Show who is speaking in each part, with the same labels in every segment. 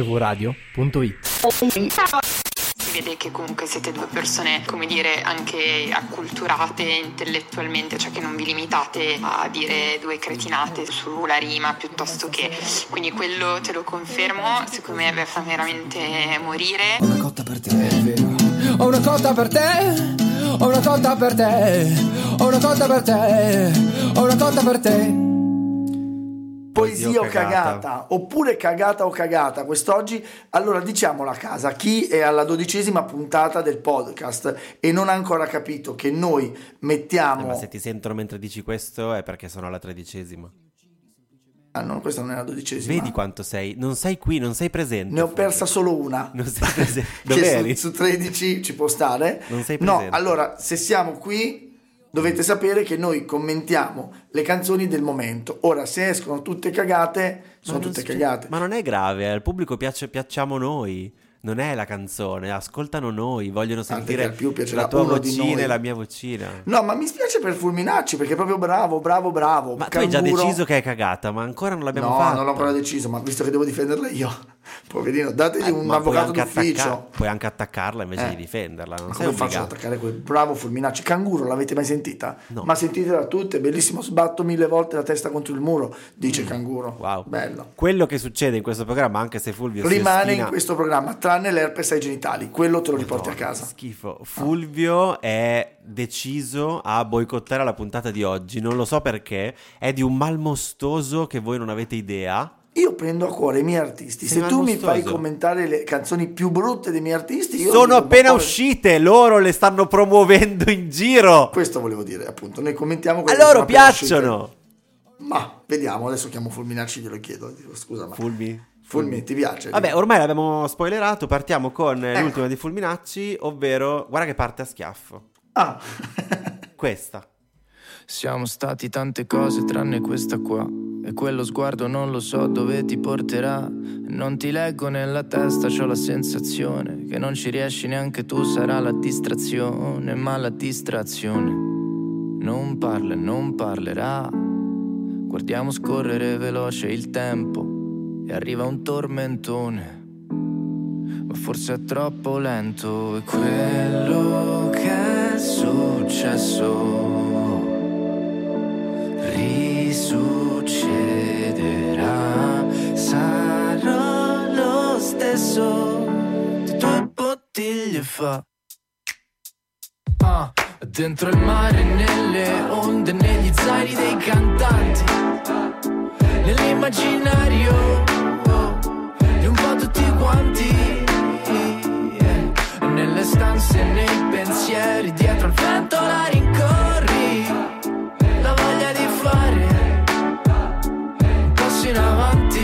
Speaker 1: mvradio.it.
Speaker 2: Si vede che comunque siete due persone, come dire, anche acculturate intellettualmente, cioè che non vi limitate a dire due cretinate sulla rima piuttosto che. Quindi quello te lo confermo, secondo me fa veramente morire.
Speaker 3: Ho una cotta per te, è vero. Ho una cotta per te. Ho una cotta per te. Ho una cotta per te. Ho una cotta per te.
Speaker 4: Poesia
Speaker 5: Oddio,
Speaker 4: o cagata. oppure cagata o cagata quest'oggi. Allora diciamolo a casa, chi è alla dodicesima puntata del podcast e non ha ancora capito che noi
Speaker 5: Eh, ma
Speaker 4: mettiamo...
Speaker 5: se ti sentono mentre dici questo è perché sono alla tredicesima.
Speaker 4: Ah no, questa non è la dodicesima.
Speaker 5: Vedi quanto sei. Non sei qui, non sei presente.
Speaker 4: Ne ho
Speaker 5: Fulvio.
Speaker 4: persa solo una.
Speaker 5: Non sei presente. Dove
Speaker 4: che
Speaker 5: eri?
Speaker 4: su, su 13 ci può stare.
Speaker 5: Non sei
Speaker 4: No,
Speaker 5: presente.
Speaker 4: allora, se siamo qui dovete sapere che noi commentiamo le canzoni del momento. Ora, se escono tutte cagate, sono
Speaker 5: Ma non
Speaker 4: tutte
Speaker 5: succe-
Speaker 4: cagate.
Speaker 5: Ma non è grave, eh, al pubblico piace, piacciamo noi. Non è la canzone, ascoltano noi, vogliono
Speaker 4: Tant'è
Speaker 5: sentire
Speaker 4: che al più piacerà
Speaker 5: la tua
Speaker 4: uno di
Speaker 5: vocina
Speaker 4: noi. Mm,
Speaker 5: e la mia vocina.
Speaker 4: No, ma mi spiace per Fulminacci perché è proprio bravo, bravo, bravo.
Speaker 5: Ma tu hai già
Speaker 4: Canguro.
Speaker 5: deciso che è cagata, ma ancora non l'abbiamo
Speaker 4: No,
Speaker 5: fatto.
Speaker 4: non l'ho ancora deciso, ma visto che devo difenderla io, poverino, dategli
Speaker 5: Eh,
Speaker 4: un
Speaker 5: ma puoi
Speaker 4: avvocato
Speaker 5: anche
Speaker 4: d'ufficio.
Speaker 5: attacca- puoi anche attaccarla invece
Speaker 4: Eh.
Speaker 5: di difenderla. Non
Speaker 4: Ma
Speaker 5: sei
Speaker 4: come faccio ad
Speaker 5: obbligato.
Speaker 4: attaccare quel bravo fulminacci? Canguro, l'avete mai sentita?
Speaker 5: No.
Speaker 4: Ma sentitela tutte, bellissimo, sbatto mille volte la testa contro il muro, dice Canguro.
Speaker 5: Mm. Wow.
Speaker 4: Bello.
Speaker 5: Quello che succede in questo programma, anche se Fulvio si
Speaker 4: Rimane
Speaker 5: ostina-
Speaker 4: in questo programma, tranne l'herpes ai genitali, quello te lo riporti a
Speaker 5: Madonna,
Speaker 4: casa.
Speaker 5: Schifo.
Speaker 4: Ah.
Speaker 5: Fulvio è deciso a boicottare la puntata di oggi. Non lo so perché. È di un malmostoso che voi non avete idea.
Speaker 4: Io prendo a cuore i miei artisti,
Speaker 5: Sei
Speaker 4: se tu mi fai
Speaker 5: malmostoso. commentare
Speaker 4: commentare le canzoni più brutte dei miei artisti, io dico, "Oh,
Speaker 5: Sono
Speaker 4: ma
Speaker 5: appena
Speaker 4: povero-
Speaker 5: uscite. Loro le stanno promuovendo in giro.
Speaker 4: Questo volevo dire, appunto, noi commentiamo
Speaker 5: A
Speaker 4: quelle che sono
Speaker 5: loro
Speaker 4: appena uscite.
Speaker 5: piacciono.
Speaker 4: Ma vediamo, adesso chiamo Fulminacci, glielo chiedo, dico, scusa, ma
Speaker 5: Fulmi.
Speaker 4: Fulmi ti piace?
Speaker 5: Vabbè, ormai l'abbiamo spoilerato. Partiamo con eh,
Speaker 4: Ecco.
Speaker 5: l'ultima di Fulminacci, ovvero guarda che parte a schiaffo.
Speaker 4: Ah.
Speaker 5: Questa.
Speaker 6: Siamo stati tante cose tranne questa qua. E quello sguardo non lo so dove ti porterà. Non ti leggo nella testa, ho la sensazione che non ci riesci neanche tu, sarà la distrazione, ma la distrazione non parla e non parlerà. Guardiamo scorrere veloce il tempo e arriva un tormentone. Ma forse è troppo lento e quello che è successo risuccederà. Sarò lo stesso di due bottiglie fa. Ah, dentro il mare, nelle onde, negli zaini dei cantanti, nell'immaginario di un po' tutti quanti. yeah. Nelle stanze, nei pensieri, dietro al vento la rincorri la voglia di fare un passo in avanti.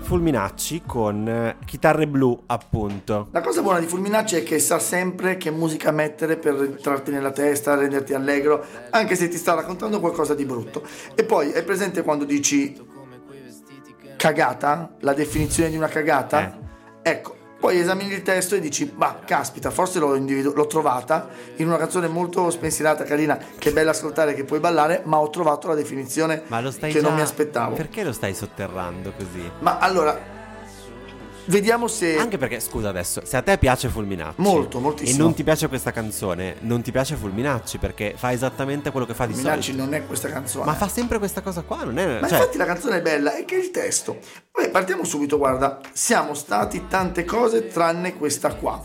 Speaker 5: Fulminacci con eh, chitarre blu, appunto.
Speaker 4: La cosa buona di Fulminacci è che sa sempre che musica mettere per entrarti nella testa, renderti allegro, anche se ti sta raccontando qualcosa di brutto. E poi è presente quando dici cagata, la definizione di una cagata?
Speaker 5: Eh.
Speaker 4: Ecco, poi esamini il testo e dici, ma caspita, forse l'ho, individu- l'ho trovata in una canzone molto spensierata, carina, che è bella ascoltare, che puoi ballare, ma ho trovato la definizione
Speaker 5: Ma lo stai
Speaker 4: che non
Speaker 5: già-
Speaker 4: mi aspettavo.
Speaker 5: Perché lo stai sotterrando così?
Speaker 4: Ma allora... Vediamo se...
Speaker 5: Anche perché, scusa adesso, se a te piace Fulminacci
Speaker 4: Molto, moltissimo.
Speaker 5: E non ti piace questa canzone, non ti piace Fulminacci perché fa esattamente quello che fa di
Speaker 4: Fulminacci
Speaker 5: solito.
Speaker 4: non è questa canzone.
Speaker 5: Ma fa sempre questa cosa qua, non è...
Speaker 4: Ma
Speaker 5: cioè,
Speaker 4: infatti la canzone è bella, è che è il testo. Vabbè, partiamo subito, guarda. Siamo stati tante cose tranne questa qua.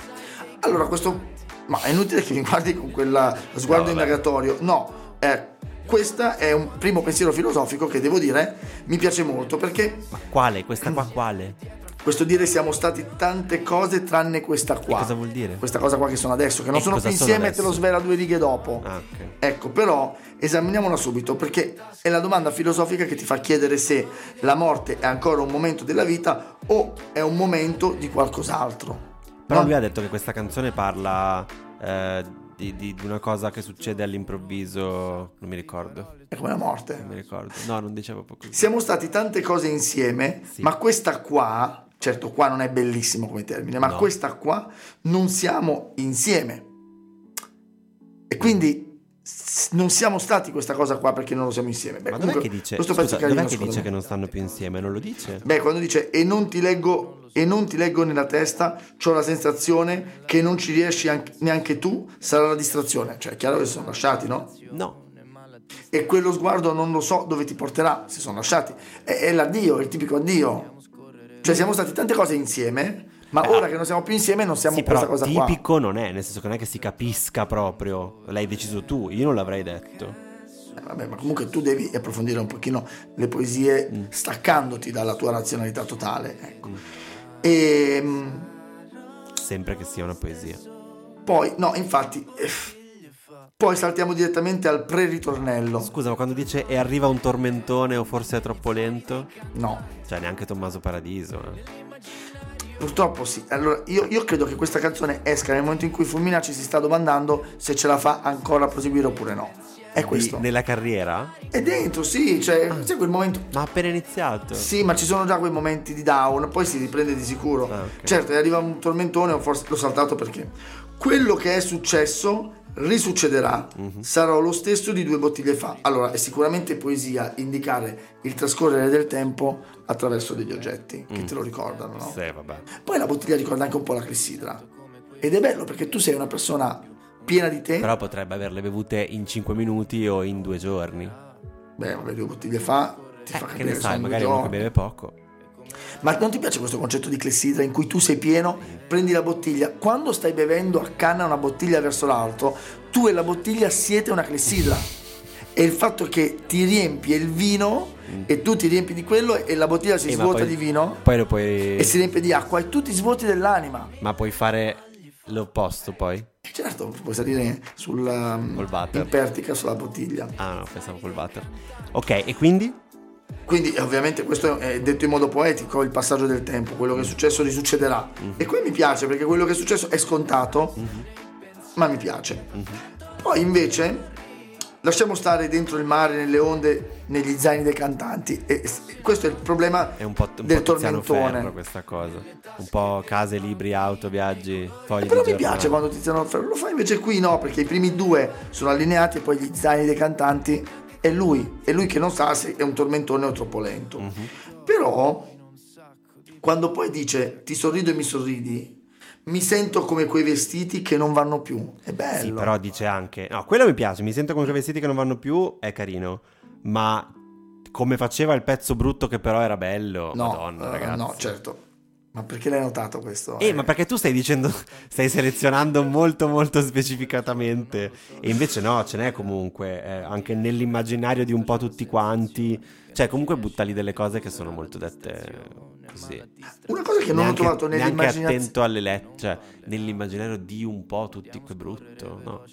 Speaker 4: Allora, questo... Ma è inutile che mi guardi con quel sguardo
Speaker 5: No, vabbè.
Speaker 4: indagatorio. No, eh, questo è un primo pensiero filosofico che devo dire mi piace molto perché
Speaker 5: ma quale? Questa qua quale?
Speaker 4: questo dire siamo stati tante cose tranne questa qua.
Speaker 5: cosa vuol dire?
Speaker 4: Questa cosa qua che sono adesso, che non
Speaker 5: E
Speaker 4: sono
Speaker 5: cosa
Speaker 4: più
Speaker 5: sono
Speaker 4: insieme, te
Speaker 5: adesso?
Speaker 4: lo svela due righe dopo.
Speaker 5: Ah, ok.
Speaker 4: Ecco, però esaminiamola subito perché è la domanda filosofica che ti fa chiedere se la morte è ancora un momento della vita o è un momento di qualcos'altro.
Speaker 5: Però
Speaker 4: No?
Speaker 5: lui ha detto che questa canzone parla eh, di, di- di una cosa che succede all'improvviso. Non mi ricordo.
Speaker 4: è come la
Speaker 5: Non mi
Speaker 4: morte.
Speaker 5: ricordo. No, non dicevo proprio così.
Speaker 4: Siamo stati tante cose insieme,
Speaker 5: Sì.
Speaker 4: ma questa qua, certo qua non è bellissimo come termine, ma
Speaker 5: No.
Speaker 4: questa qua non siamo insieme. E quindi s- non siamo stati questa cosa qua perché non lo siamo insieme. Beh,
Speaker 5: Ma dov'è
Speaker 4: comunque,
Speaker 5: che dice,
Speaker 4: questo
Speaker 5: scusa,
Speaker 4: pezzo è
Speaker 5: dov'è
Speaker 4: carino,
Speaker 5: che,
Speaker 4: secondo
Speaker 5: dice
Speaker 4: me.
Speaker 5: che non stanno più insieme? Non lo dice?
Speaker 4: Beh, quando dice e non ti leggo e non ti leggo nella testa, ho la sensazione che non ci riesci anche- neanche tu, sarà la distrazione. Cioè, è chiaro che si sono lasciati, no?
Speaker 5: No.
Speaker 4: E quello sguardo non lo so dove ti porterà, si sono lasciati. È, è l'addio, è il tipico addio. Cioè, siamo stati tante cose insieme, ma ora che non siamo più insieme non siamo
Speaker 5: Eh, ah. Sì,
Speaker 4: per questa
Speaker 5: però
Speaker 4: cosa qua.
Speaker 5: tipico non è, nel senso che non è che si capisca proprio. L'hai deciso tu, io non l'avrei detto.
Speaker 4: Eh, Vabbè, ma comunque tu devi approfondire un pochino le poesie
Speaker 5: Mm.
Speaker 4: staccandoti dalla tua razionalità totale. Ecco. E mm,
Speaker 5: Sempre che sia una poesia.
Speaker 4: poi, no, infatti, eh, poi saltiamo direttamente al pre-ritornello.
Speaker 5: Scusa, ma quando dice e arriva un tormentone o forse è troppo lento?
Speaker 4: No,
Speaker 5: Cioè, neanche Tommaso Paradiso. eh.
Speaker 4: purtroppo sì. Allora, io, io credo che questa canzone esca nel momento in cui Fulminacci si sta domandando se ce la fa ancora a proseguire oppure no. È questo.
Speaker 5: Di- nella carriera?
Speaker 4: È dentro, sì, cioè, sai quel momento
Speaker 5: Ma ha appena iniziato.
Speaker 4: Sì, ma ci sono già quei momenti di down, poi si riprende di sicuro.
Speaker 5: Ah, ok.
Speaker 4: Certo, arriva un tormentone, o forse l'ho saltato perché. Quello che è successo risuccederà,
Speaker 5: Mhm.
Speaker 4: sarà lo stesso di due bottiglie fa. Allora, è sicuramente poesia indicare il trascorrere del tempo attraverso degli oggetti
Speaker 5: Mm.
Speaker 4: che te lo ricordano, no?
Speaker 5: Sì, vabbè.
Speaker 4: Poi la bottiglia ricorda anche un po' la clessidra. Ed è bello perché tu sei una persona piena di te.
Speaker 5: Però potrebbe averle bevute in 5 minuti o in due giorni.
Speaker 4: Beh, vabbè, due bottiglie fa ti
Speaker 5: Eh,
Speaker 4: fa
Speaker 5: che
Speaker 4: capire
Speaker 5: ne
Speaker 4: che
Speaker 5: sai,
Speaker 4: sono due
Speaker 5: magari uno che
Speaker 4: giorni.
Speaker 5: beve poco.
Speaker 4: Ma non ti piace questo concetto di clessidra in cui tu sei pieno, prendi la bottiglia, quando stai bevendo accanna una bottiglia verso l'alto, tu e la bottiglia siete una clessidra. E il fatto che ti riempie il vino e tu ti riempi di quello e la bottiglia si
Speaker 5: Eh, ma
Speaker 4: svuota
Speaker 5: poi-
Speaker 4: di vino
Speaker 5: Poi lo puoi.
Speaker 4: e si riempie di acqua e tu ti svuoti dell'anima.
Speaker 5: Ma puoi fare l'opposto poi?
Speaker 4: Certo, puoi salire sul um,
Speaker 5: Col water.
Speaker 4: in pertica sulla bottiglia.
Speaker 5: Ah, no, pensavo col water. Ok, e quindi?
Speaker 4: Quindi eh, ovviamente questo è detto in modo poetico, il passaggio del tempo, quello che è successo risuccederà.
Speaker 5: Mhm.
Speaker 4: E qui mi piace perché quello che è successo è scontato, ma mi piace.
Speaker 5: Mhm.
Speaker 4: Poi invece lasciamo stare dentro il mare, nelle onde, negli zaini dei cantanti. E e questo è il problema
Speaker 5: È un po', un
Speaker 4: del
Speaker 5: po Tiziano
Speaker 4: tormentone.
Speaker 5: Ferro questa cosa. Un po' case, libri, auto, viaggi, fogli
Speaker 4: Però
Speaker 5: di
Speaker 4: mi piace
Speaker 5: giornale.
Speaker 4: quando Tiziano Ferro lo fa, invece qui no, perché i primi due sono allineati e poi gli zaini dei cantanti è lui, è lui che non sa se è un tormentone o troppo lento.
Speaker 5: Mhm.
Speaker 4: Però quando poi dice ti sorrido e mi sorridi, mi sento come quei vestiti che non vanno più. È bello.
Speaker 5: Sì, però dice anche... No, quello mi piace, mi sento come quei vestiti che non vanno più, è carino. Ma come faceva il pezzo brutto che però era bello.
Speaker 4: no,
Speaker 5: oh, Madonna,
Speaker 4: eh,
Speaker 5: ragazzi.
Speaker 4: no, certo. Ma perché l'hai notato questo?
Speaker 5: Eh, ma perché tu stai dicendo, stai selezionando molto molto specificatamente e invece no, ce n'è comunque, eh, anche nell'immaginario di un po' tutti quanti, cioè comunque butta lì delle cose che sono molto dette eh, così.
Speaker 4: Una cosa che non ho
Speaker 5: Neanche-
Speaker 4: trovato
Speaker 5: neanche
Speaker 4: nell'immaginazione...
Speaker 5: attento alle lettere, cioè nell'immaginario di un po' tutti, che brutto, no?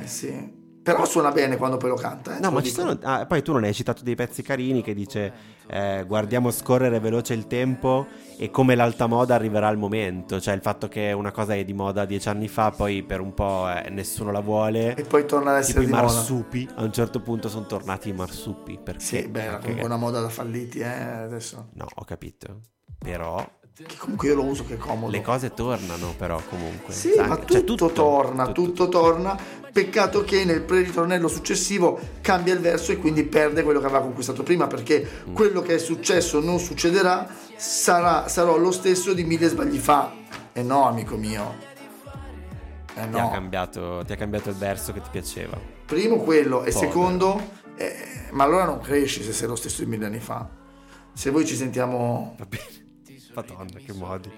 Speaker 4: Eh, sì. Però suona bene quando poi lo canta. eh, te
Speaker 5: No,
Speaker 4: lo
Speaker 5: ma ci
Speaker 4: dico.
Speaker 5: sono. ah, poi tu non hai citato dei pezzi carini che dice eh, guardiamo scorrere veloce il tempo e come l'alta moda arriverà al momento. Cioè il fatto che una cosa è di moda dieci anni fa, poi per un po' eh, nessuno la vuole.
Speaker 4: E poi torna ad
Speaker 5: tipo
Speaker 4: essere
Speaker 5: i
Speaker 4: di moda.
Speaker 5: marsupi. A un certo punto sono tornati i marsupi. Perché?
Speaker 4: Sì, beh, era comunque una moda da falliti, eh, adesso.
Speaker 5: No, ho capito. Però
Speaker 4: Che comunque io lo uso, che è comodo.
Speaker 5: le cose tornano, però comunque.
Speaker 4: sì,
Speaker 5: Sai,
Speaker 4: ma
Speaker 5: cioè,
Speaker 4: tutto, torna, tutto, torna. Peccato che nel pre-ritornello successivo cambia il verso e quindi perde quello che aveva conquistato prima, perché
Speaker 5: Mm.
Speaker 4: quello che è successo non succederà, sarà, sarò lo stesso di mille sbagli fa. E no, amico mio. Eh
Speaker 5: Ti, ha
Speaker 4: no.
Speaker 5: cambiato, ti ha cambiato il verso che ti piaceva.
Speaker 4: Primo quello e
Speaker 5: Povero.
Speaker 4: secondo, eh, ma allora non cresci se sei lo stesso di mille anni fa. Se voi ci sentiamo
Speaker 5: Va bene. Madonna, che modi.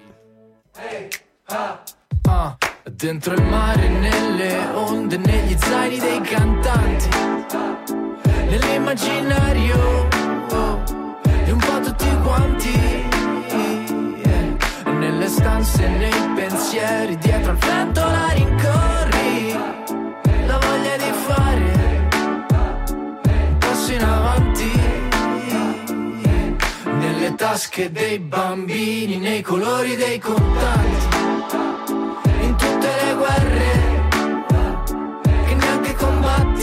Speaker 6: Ah, dentro il mare, nelle onde, negli zaini dei cantanti, nell'immaginario, oh, di un po' tutti quanti, yeah. nelle stanze, nei pensieri, dietro al vento la rincorri, la voglia di fare un passo in avanti, nelle tasche dei bambini, nei colori dei contanti in tutte le guerre che neanche combatti.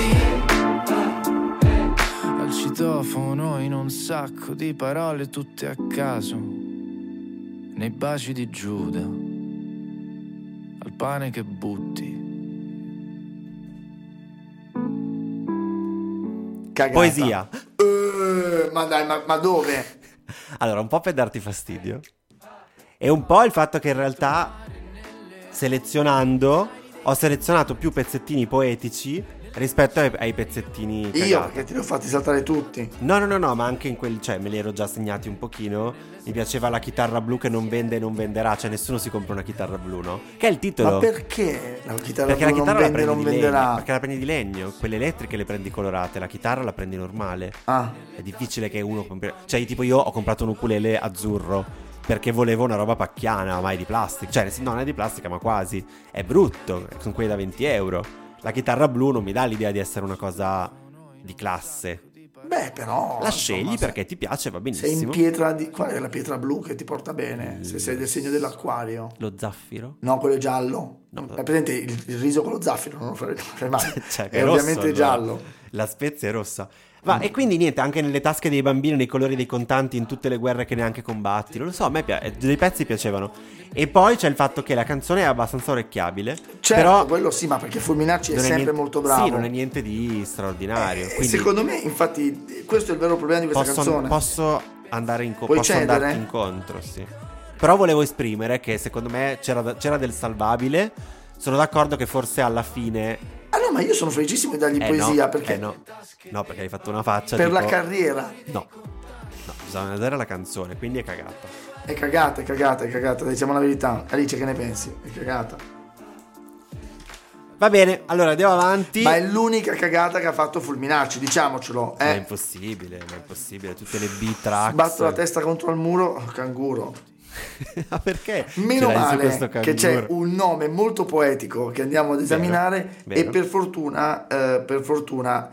Speaker 6: Al citofono in un sacco di parole tutte a caso, nei baci di Giuda, al pane che butti.
Speaker 4: Cagata.
Speaker 5: Poesia.
Speaker 4: Eh, ma dai, ma, ma dove?
Speaker 5: Allora, un po' per darti fastidio. E un po' il fatto che in realtà, selezionando, ho selezionato più pezzettini poetici rispetto ai, ai pezzettini
Speaker 4: Io,
Speaker 5: cagati.
Speaker 4: perché te li ho fatti saltare tutti.
Speaker 5: No, no, no, no, ma anche in quel... Cioè, me li ero già segnati un pochino. Mi piaceva la chitarra blu che non vende e non venderà. Cioè, nessuno si compra una chitarra blu, no? Che è il titolo.
Speaker 4: Ma perché la chitarra
Speaker 5: Perché la
Speaker 4: blu Cioè, non
Speaker 5: chitarra la
Speaker 4: vende
Speaker 5: prendi
Speaker 4: non
Speaker 5: di legno,
Speaker 4: venderà?
Speaker 5: perché la prendi di legno, quelle elettriche le prendi colorate, la chitarra la prendi normale.
Speaker 4: Ah,
Speaker 5: È difficile che uno compri- cioè tipo io ho comprato un ukulele azzurro perché volevo una roba pacchiana, mai di plastica. Cioè, sì, no, non è di plastica, ma quasi. È brutto, sono quelli da 20 euro. La chitarra blu non mi dà l'idea di essere una cosa di classe.
Speaker 4: beh, però.
Speaker 5: La
Speaker 4: insomma,
Speaker 5: scegli
Speaker 4: se-
Speaker 5: perché ti piace, va
Speaker 4: Sei in
Speaker 5: benissimo.
Speaker 4: pietra di. Qual è la pietra blu che ti porta
Speaker 5: Eh.
Speaker 4: bene? Se sei del segno dell'acquario.
Speaker 5: Lo zaffiro?
Speaker 4: No, quello è giallo.
Speaker 5: No.
Speaker 4: Hai presente il, il riso con lo zaffiro? Non lo farei, non lo farei mai.
Speaker 5: Cioè, che
Speaker 4: è
Speaker 5: rosso,
Speaker 4: ovviamente
Speaker 5: allora.
Speaker 4: giallo.
Speaker 5: La spezia è rossa. Va, e quindi niente, anche nelle tasche dei bambini, nei colori dei contanti, in tutte le guerre che neanche combatti. Non lo so, a me pia- eh, dei pezzi piacevano. E poi c'è il fatto che la canzone è abbastanza orecchiabile.
Speaker 4: Certo,
Speaker 5: però
Speaker 4: quello sì, ma perché Fulminacci è
Speaker 5: non
Speaker 4: sempre
Speaker 5: niente-
Speaker 4: molto bravo.
Speaker 5: Sì, non è niente di straordinario.
Speaker 4: Eh,
Speaker 5: quindi
Speaker 4: Secondo me, infatti, questo è il vero problema di questa
Speaker 5: posso,
Speaker 4: canzone.
Speaker 5: posso andare inco-
Speaker 4: Puoi
Speaker 5: posso
Speaker 4: cedere?
Speaker 5: andarti incontro, sì. Però volevo esprimere che secondo me c'era, da- c'era del salvabile. Sono d'accordo che forse alla fine...
Speaker 4: Ah no, ma io sono felicissimo di dargli
Speaker 5: eh,
Speaker 4: poesia
Speaker 5: no,
Speaker 4: perché
Speaker 5: eh, no, no, perché hai fatto una faccia
Speaker 4: per la
Speaker 5: tipo-
Speaker 4: carriera
Speaker 5: No, no, bisogna vedere la canzone, quindi è cagata.
Speaker 4: è cagata, è cagata, è cagata, diciamo la verità. Alice, che ne pensi? È cagata.
Speaker 5: Va bene, allora andiamo avanti.
Speaker 4: Ma è l'unica cagata che ha fatto Fulminacci, diciamocelo.
Speaker 5: Ma è
Speaker 4: Eh.
Speaker 5: impossibile, ma è impossibile. Tutte le B-tracks.
Speaker 4: Batto la testa contro il muro, oh, canguro.
Speaker 5: ma perché?
Speaker 4: Meno
Speaker 5: ce l'hai su
Speaker 4: male
Speaker 5: questo
Speaker 4: che c'è
Speaker 5: canguro?
Speaker 4: un nome molto poetico che andiamo ad esaminare
Speaker 5: vero.
Speaker 4: e per fortuna, eh, per fortuna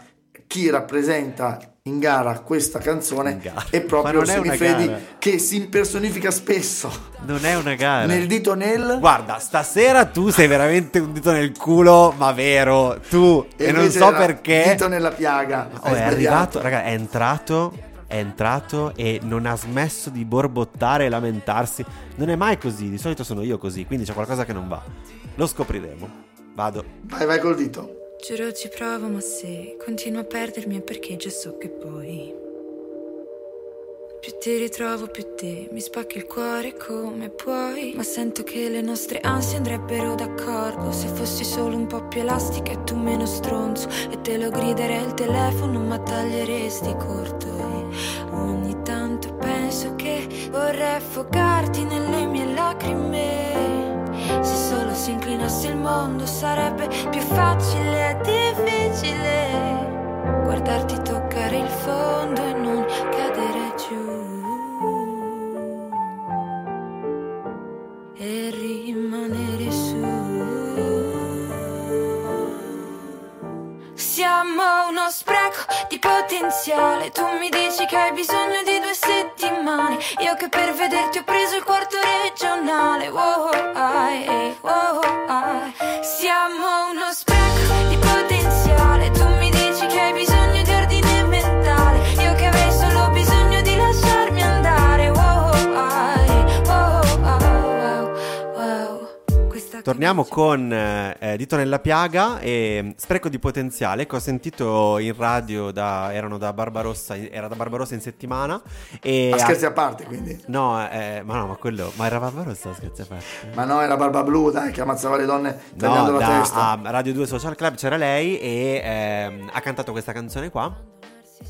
Speaker 4: chi rappresenta in gara questa
Speaker 5: In
Speaker 4: canzone
Speaker 5: gara.
Speaker 4: è proprio
Speaker 5: Ma non è una
Speaker 4: Semifredi
Speaker 5: gara.
Speaker 4: che si impersonifica spesso
Speaker 5: Non è una gara.
Speaker 4: nel dito nel
Speaker 5: Guarda, stasera tu sei veramente un dito nel culo, ma vero, tu. E, non
Speaker 4: invece
Speaker 5: so
Speaker 4: era
Speaker 5: perché.
Speaker 4: dito nella piaga.
Speaker 5: Oh,
Speaker 4: Hai
Speaker 5: è
Speaker 4: sbagliato.
Speaker 5: arrivato, raga, è entrato, è entrato e non ha smesso di borbottare e lamentarsi. Non è mai così, di solito sono io così, quindi c'è qualcosa che non va. Lo scopriremo. Vado.
Speaker 4: Vai, vai col dito.
Speaker 1: Giuro ci provo, ma se continuo a perdermi è perché già so che poi. Più ti ritrovo, più te mi spacchi il cuore come puoi. Ma sento che le nostre ansie andrebbero d'accordo. Se fossi solo un po' più elastica e tu meno stronzo. E te lo griderei il telefono, ma taglieresti corto. E ogni tanto penso che vorrei affogarti nelle mie lacrime. Se solo si inclinasse il mondo sarebbe più facile e difficile guardarti toccare il fondo e non cadere giù e rimanere su. Siamo uno spreco di potenziale. Tu mi dici che hai bisogno di due settimane. Io che per vederti ho preso il quarto regionale. Wow, ah, eh, wow, ah. Siamo uno spreco di potenziale. Tu mi dici che hai bisogno di ordine mentale. Io che avrei solo bisogno di lasciarmi andare. Wow, ah, eh, wow, ah, wow, wow. Questa
Speaker 5: Torniamo
Speaker 1: caduta-
Speaker 5: con eh, Dito nella piaga e mm, Spreco di potenziale che ho sentito in radio da erano da Barbarossa, era da Barbarossa in settimana e
Speaker 4: Ma scherzi a parte, quindi.
Speaker 5: No, eh, ma no, ma quello, ma era Barbarossa scherzi a parte.
Speaker 4: Ma no, era Barba Blu, dai, che ammazzava le donne tagliando
Speaker 5: no,
Speaker 4: la
Speaker 5: da ah,
Speaker 4: testa.
Speaker 5: a Radio 2 Social Club c'era lei e ehm, ha cantato questa canzone qua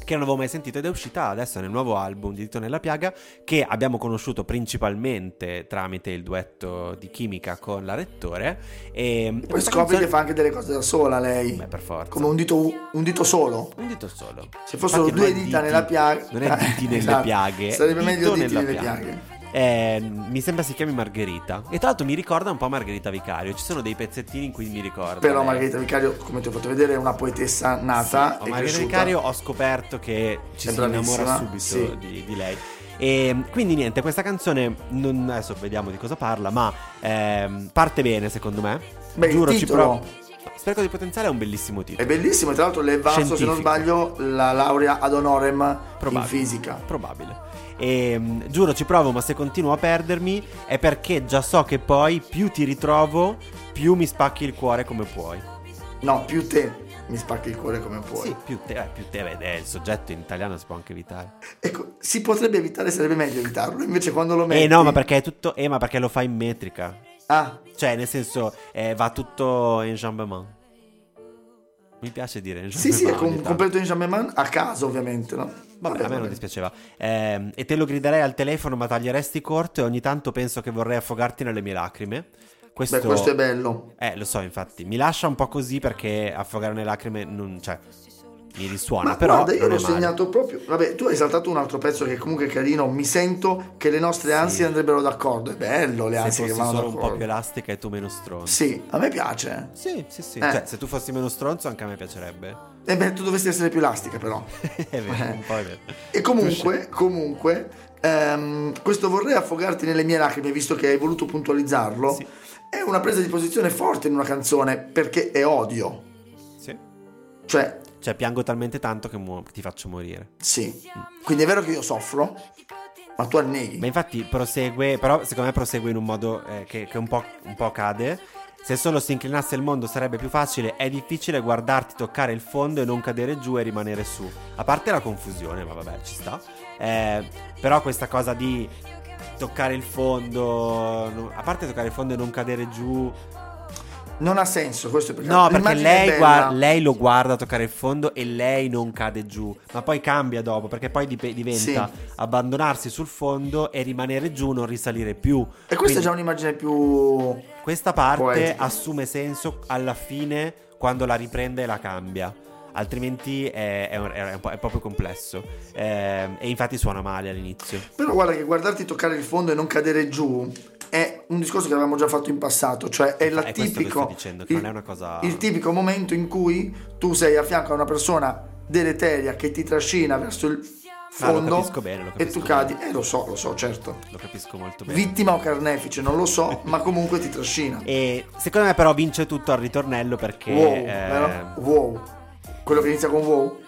Speaker 5: che non avevo mai sentito ed è uscita adesso nel nuovo album di Dito nella piaga che abbiamo conosciuto principalmente tramite il duetto di chimica con la rettore e
Speaker 4: Poi
Speaker 5: questa
Speaker 4: scopri
Speaker 5: canzone-
Speaker 4: che fa anche delle cose da sola lei.
Speaker 5: Beh, Eh, per forza.
Speaker 4: Come un dito, un dito solo.
Speaker 5: Un dito solo.
Speaker 4: Se fossero
Speaker 5: Infatti non
Speaker 4: due
Speaker 5: è
Speaker 4: dita
Speaker 5: diti-
Speaker 4: nella piaga.
Speaker 5: Non è diti nelle
Speaker 4: Esatto.
Speaker 5: piaghe.
Speaker 4: Sarebbe
Speaker 5: dito
Speaker 4: meglio diti
Speaker 5: nella
Speaker 4: nelle
Speaker 5: piaga.
Speaker 4: piaghe.
Speaker 5: Eh, mi sembra si chiami Margherita. E tra l'altro mi ricorda un po' Margherita Vicario. Ci sono dei pezzettini in cui mi ricorda.
Speaker 4: Però
Speaker 5: lei.
Speaker 4: Margherita Vicario, come ti ho fatto vedere, è una poetessa
Speaker 5: Sì,
Speaker 4: nata.
Speaker 5: ma
Speaker 4: e
Speaker 5: Margherita
Speaker 4: cresciuta.
Speaker 5: Vicario ho scoperto che ci
Speaker 4: È
Speaker 5: si innamora
Speaker 4: bravissima,
Speaker 5: subito
Speaker 4: sì.
Speaker 5: di, di lei. E quindi niente, questa canzone non- adesso vediamo di cosa parla, ma ehm, parte bene secondo me.
Speaker 4: Beh, il
Speaker 5: Giuro, ci
Speaker 4: titolo-
Speaker 5: provo. Spreco di potenziale è un bellissimo
Speaker 4: È
Speaker 5: titolo.
Speaker 4: bellissimo, e tra l'altro le è valso, se non
Speaker 5: Scientifico.
Speaker 4: sbaglio, la laurea ad honorem in
Speaker 5: Probabile.
Speaker 4: fisica.
Speaker 5: Probabile. E, mh, giuro ci provo, ma se continuo a perdermi è perché già so che poi più ti ritrovo, più mi spacchi il cuore come puoi.
Speaker 4: No, più te. mi spacchi il cuore come puoi.
Speaker 5: Sì, più te, eh, più te beh, eh, il soggetto in italiano si può anche evitare.
Speaker 4: Ecco, si potrebbe evitare, sarebbe meglio evitarlo. Invece quando lo metti...
Speaker 5: Eh no, ma perché è tutto. Eh, ma perché lo fa in metrica.
Speaker 4: Ah,
Speaker 5: Cioè, nel senso, eh, va tutto in jambement. Mi piace dire in
Speaker 4: sì, sì, è
Speaker 5: ogni
Speaker 4: con,
Speaker 5: tanto.
Speaker 4: completo in Jamaiman a caso, ovviamente, no?
Speaker 5: Vabbè, a me non
Speaker 4: vabbè.
Speaker 5: dispiaceva. Ehm, e te lo griderei al telefono, ma taglieresti corto. E ogni tanto penso che vorrei affogarti nelle mie lacrime. Questo,
Speaker 4: Beh, questo è bello.
Speaker 5: Eh, lo so, infatti. Mi lascia un po' così perché affogare nelle lacrime non. cioè. Mi risuona,
Speaker 4: Ma
Speaker 5: però.
Speaker 4: guarda, io
Speaker 5: non
Speaker 4: l'ho
Speaker 5: è male.
Speaker 4: segnato proprio. Vabbè, tu hai saltato un altro pezzo che comunque è carino. Mi sento che le nostre ansie andrebbero d'accordo. È bello le
Speaker 5: Se
Speaker 4: ansie
Speaker 5: fossi
Speaker 4: che vanno
Speaker 5: solo un
Speaker 4: d'accordo.
Speaker 5: po' più elastica e tu meno stronzo.
Speaker 4: Sì, a me piace.
Speaker 5: Sì, sì, sì.
Speaker 4: Eh.
Speaker 5: Cioè, se tu fossi meno stronzo, anche a me piacerebbe.
Speaker 4: E Eh beh, tu dovresti essere più elastica, però.
Speaker 5: è
Speaker 4: Eh.
Speaker 5: vero, un po' è vero.
Speaker 4: E comunque, comunque, ehm, questo vorrei affogarti nelle mie lacrime, visto che hai voluto puntualizzarlo.
Speaker 5: Sì.
Speaker 4: È una presa di posizione forte in una canzone perché è odio.
Speaker 5: Sì.
Speaker 4: Cioè,
Speaker 5: Cioè, piango talmente tanto che muo- ti faccio morire.
Speaker 4: sì. Quindi è vero che io soffro, ma tu anneghi.
Speaker 5: Ma infatti prosegue, però secondo me prosegue in un modo eh, che, che un, po', un po' cade. Se solo si inclinasse il mondo sarebbe più facile, è difficile guardarti toccare il fondo e non cadere giù e rimanere su. A parte la confusione, ma vabbè, ci sta. Eh, però questa cosa di toccare il fondo, no- a parte toccare il fondo e non cadere giù,
Speaker 4: Non ha senso questo è perché
Speaker 5: No, perché
Speaker 4: l'immagine è
Speaker 5: lei,
Speaker 4: bella.
Speaker 5: guar- lei lo guarda toccare il fondo e lei non cade giù, ma poi cambia dopo perché poi dip- diventa abbandonarsi sul fondo e rimanere giù, non risalire più.
Speaker 4: E questa
Speaker 5: Quindi
Speaker 4: è già un'immagine più.
Speaker 5: questa parte
Speaker 4: Poetica.
Speaker 5: assume senso alla fine quando la riprende e la cambia. Altrimenti è, è un- è un po'- è proprio complesso. Ehm, e infatti suona male all'inizio.
Speaker 4: Però guarda che guardarti toccare il fondo e non cadere giù è un discorso che avevamo già fatto in passato, cioè è,
Speaker 5: Eh, È
Speaker 4: la
Speaker 5: questo che
Speaker 4: tipico,
Speaker 5: sto dicendo, che non è una cosa-
Speaker 4: il tipico momento in cui tu sei a fianco a una persona deleteria che ti trascina verso il
Speaker 5: Ah, lo
Speaker 4: fondo
Speaker 5: capisco bene, lo
Speaker 4: e
Speaker 5: capisco
Speaker 4: tu cadi, eh lo so, lo so, certo.
Speaker 5: Lo capisco molto bene.
Speaker 4: Vittima o carnefice, non lo so, ma comunque ti trascina.
Speaker 5: e secondo me però vince tutto al ritornello perché...
Speaker 4: wow,
Speaker 5: eh,
Speaker 4: vero? wow. Quello che inizia con wow.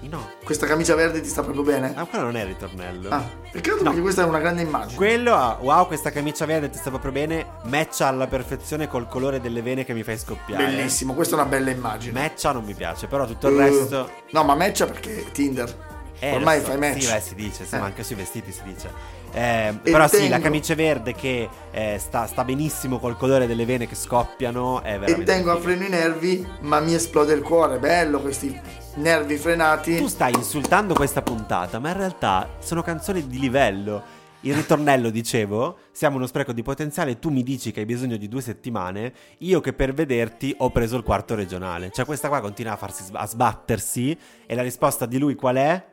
Speaker 5: no,
Speaker 4: Questa camicia verde ti sta proprio bene?
Speaker 5: Ah, quello non è il ritornello.
Speaker 4: Ah, peccato
Speaker 5: No.
Speaker 4: perché questa è una grande immagine.
Speaker 5: Quello, ah, wow, questa camicia verde ti sta proprio bene. Matcha alla perfezione col colore delle vene che mi fai scoppiare.
Speaker 4: Bellissimo, questa è una bella immagine.
Speaker 5: Matcha non mi piace, però tutto il resto.
Speaker 4: Eh, no, ma matcha perché Tinder.
Speaker 5: Eh,
Speaker 4: Ormai
Speaker 5: lo so,
Speaker 4: fai match.
Speaker 5: Sì, beh, si dice, sì,
Speaker 4: Eh.
Speaker 5: ma anche sui vestiti si dice. Eh, però sì, la
Speaker 4: tengo-
Speaker 5: camicia verde che eh, sta, sta benissimo col colore delle vene che scoppiano è veramente.
Speaker 4: e tengo a
Speaker 5: figa.
Speaker 4: freno i nervi, ma mi esplode il cuore. Bello questi nervi
Speaker 5: Tu
Speaker 4: frenati.
Speaker 5: stai insultando questa puntata, ma in realtà sono canzoni di livello. Il ritornello, dicevo, siamo uno spreco di potenziale, tu mi dici che hai bisogno di due settimane, io che per vederti ho preso il quarto regionale. Cioè questa qua continua a, farsi, sb- a sbattersi e la risposta di lui qual è?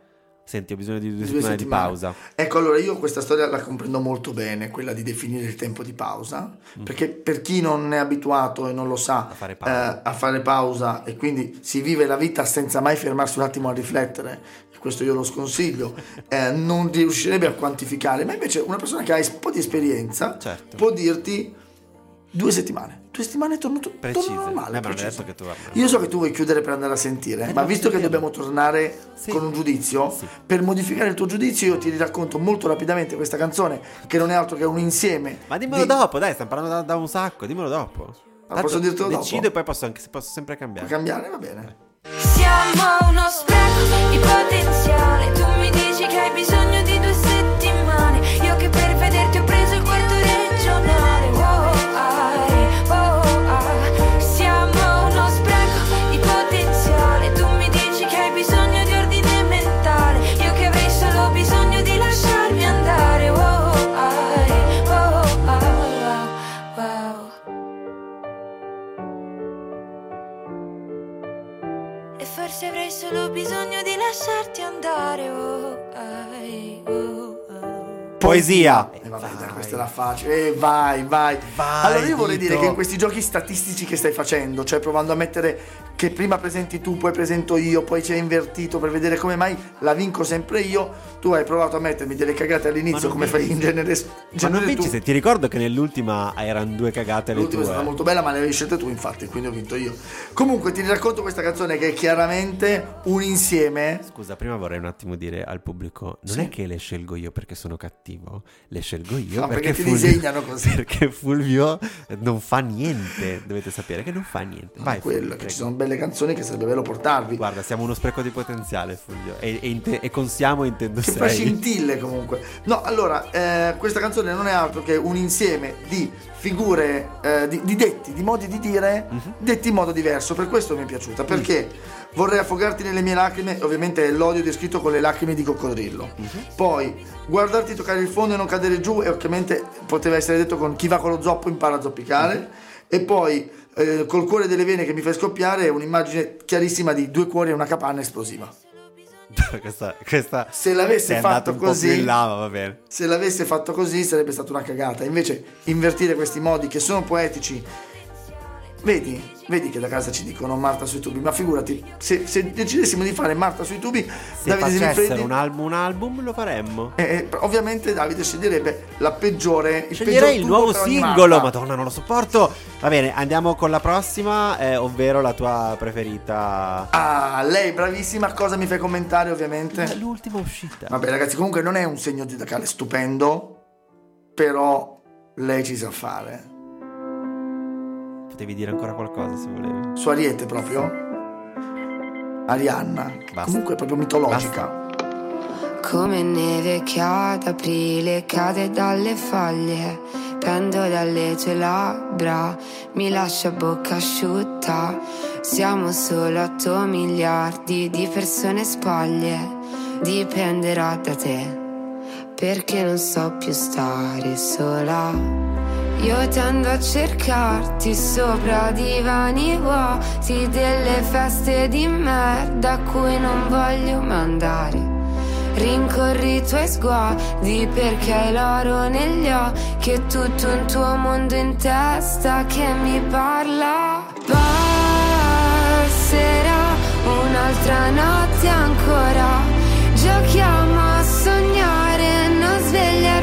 Speaker 5: Senti, ho bisogno di due,
Speaker 4: settimane.
Speaker 5: settimane, di pausa.
Speaker 4: Ecco, allora io questa storia la comprendo molto bene, quella di definire il tempo di pausa, perché per chi non è abituato e non lo sa
Speaker 5: Mm. A fare pausa.
Speaker 4: eh, a fare pausa e quindi si vive la vita senza mai fermarsi un attimo a riflettere, e questo io lo sconsiglio, eh, non riuscirebbe a quantificare, ma invece una persona che ha es- un po' di esperienza
Speaker 5: Certo.
Speaker 4: può dirti due settimane, due settimane è tornato torna
Speaker 5: Precise.
Speaker 4: normale.
Speaker 5: Eh, ma non è
Speaker 4: preciso.
Speaker 5: detto che tu abbia- Eh,
Speaker 4: Io so che tu vuoi chiudere per andare a sentire, ma
Speaker 5: no,
Speaker 4: visto che
Speaker 5: sentiamo.
Speaker 4: dobbiamo tornare
Speaker 5: Sì.
Speaker 4: con un giudizio,
Speaker 5: Sì.
Speaker 4: per modificare il tuo giudizio io ti racconto molto rapidamente questa canzone che non è altro che un insieme.
Speaker 5: Ma dimmelo
Speaker 4: di-
Speaker 5: dopo, dai, stiamo parlando da, da un sacco, dimmelo dopo. Tanto
Speaker 4: posso dirtelo dopo?
Speaker 5: decido e poi posso, anche, posso sempre
Speaker 4: Può
Speaker 5: cambiare.
Speaker 4: cambiare, va bene.
Speaker 1: Siamo uno spreco di potenziale. Tu mi dici che hai bisogno di due settimane. Io che per vederti ho preso il quarto regionale. Oh, ah, eh, oh, ah. Siamo uno spreco di potenziale. Tu mi dici che hai bisogno di ordine mentale. Io che avrei solo bisogno di lasciarmi andare. Oh, ah, eh, oh, ah, wow, wow. E forse avrei solo bisogno di lasciarti andare. Oh, ai, oh, oh.
Speaker 5: Poesia!
Speaker 4: E Eh, vabbè, dai, questa è la facile. E vai, vai.
Speaker 5: Vai,
Speaker 4: allora io vorrei
Speaker 5: Dito.
Speaker 4: dire che in questi giochi statistici che stai facendo, cioè provando a mettere che prima presenti tu, poi presento io, poi c'è invertito per vedere come mai la vinco sempre io, tu hai provato a mettermi delle cagate
Speaker 5: Ma
Speaker 4: all'inizio
Speaker 5: non
Speaker 4: come
Speaker 5: vinci.
Speaker 4: fai in genere.
Speaker 5: Ma non
Speaker 4: genere tu.
Speaker 5: vinci se ti ricordo che nell'ultima erano due eh. cagate le
Speaker 4: L'ultima è stata
Speaker 5: tue.
Speaker 4: molto bella, ma le avevi scelte tu, infatti, quindi ho vinto io. Comunque, ti racconto questa canzone che è chiaramente un insieme.
Speaker 5: Scusa, prima vorrei un attimo dire al pubblico: non è che le scelgo io perché sono cattivo, le scelgo io.
Speaker 4: Ah, perché ti
Speaker 5: Fulvio-
Speaker 4: disegnano così.
Speaker 5: Perché Fulvio non fa niente, dovete sapere che non fa niente. Vai,
Speaker 4: quello,
Speaker 5: Fulvio,
Speaker 4: che
Speaker 5: prego.
Speaker 4: ci sono belle canzoni che sarebbe bello portarvi.
Speaker 5: Guarda, siamo uno spreco di potenziale, Fulvio. E, e, inte- e con siamo intendo
Speaker 4: Che fa
Speaker 5: sei.
Speaker 4: scintille comunque. No, allora, eh, questa canzone non è altro che un insieme di figure, eh, di, di detti, di modi di dire,
Speaker 5: Mhm.
Speaker 4: detti in modo diverso. Per questo mi è
Speaker 5: Mm.
Speaker 4: piaciuta, perché vorrei affogarti nelle mie lacrime, ovviamente l'odio è descritto con le lacrime di coccodrillo.
Speaker 5: Mhm.
Speaker 4: Poi, guardarti toccare il fondo e non cadere giù, e ovviamente poteva essere detto con chi va con lo zoppo impara a zoppicare.
Speaker 5: Mhm.
Speaker 4: E poi, eh, col cuore delle vene che mi fai scoppiare, è un'immagine chiarissima di due cuori e una capanna esplosiva.
Speaker 5: questa, questa
Speaker 4: Se l'avesse
Speaker 5: è andata
Speaker 4: fatto
Speaker 5: un po' più
Speaker 4: così-
Speaker 5: in là, ma va bene.
Speaker 4: se l'avesse fatto così sarebbe stata una cagata. Invece, invertire questi modi che sono poetici. Vedi, vedi che da casa ci dicono Marta sui tubi, ma figurati, se, se decidessimo di fare Marta sui tubi,
Speaker 5: Se
Speaker 4: Davide Zinfredi.
Speaker 5: facessero un album, un album, lo faremmo.
Speaker 4: eh, eh, ovviamente Davide sceglierebbe la peggiore. Il peggior
Speaker 5: Sceglierei il
Speaker 4: tubo
Speaker 5: nuovo
Speaker 4: per ogni
Speaker 5: singolo,
Speaker 4: Marta.
Speaker 5: madonna non lo sopporto. Va bene, andiamo con la prossima, eh, ovvero la tua preferita.
Speaker 4: Ah, lei bravissima, cosa mi fai commentare ovviamente?
Speaker 5: L'ultima uscita.
Speaker 4: Vabbè ragazzi, comunque non è un segno zodiacale stupendo, però lei ci sa fare.
Speaker 5: Potevi dire ancora qualcosa se volevi.
Speaker 4: su Ariete proprio Arianna
Speaker 5: Basta.
Speaker 4: comunque proprio mitologica
Speaker 7: Come neve che ad aprile cade dalle foglie, pendo dalle tue labbra, mi lascia a bocca asciutta. Siamo solo 8 miliardi di persone spoglie, dipenderà da te, perché non so più stare sola. Io tendo a cercarti sopra divani vuoti delle feste di merda a cui non voglio mandare. Rincorri i tuoi sguardi perché hai l'oro negli occhi e tutto un tuo mondo in testa che mi parla. Passerà un'altra notte ancora. Giochiamo a sognare e non svegliarmi.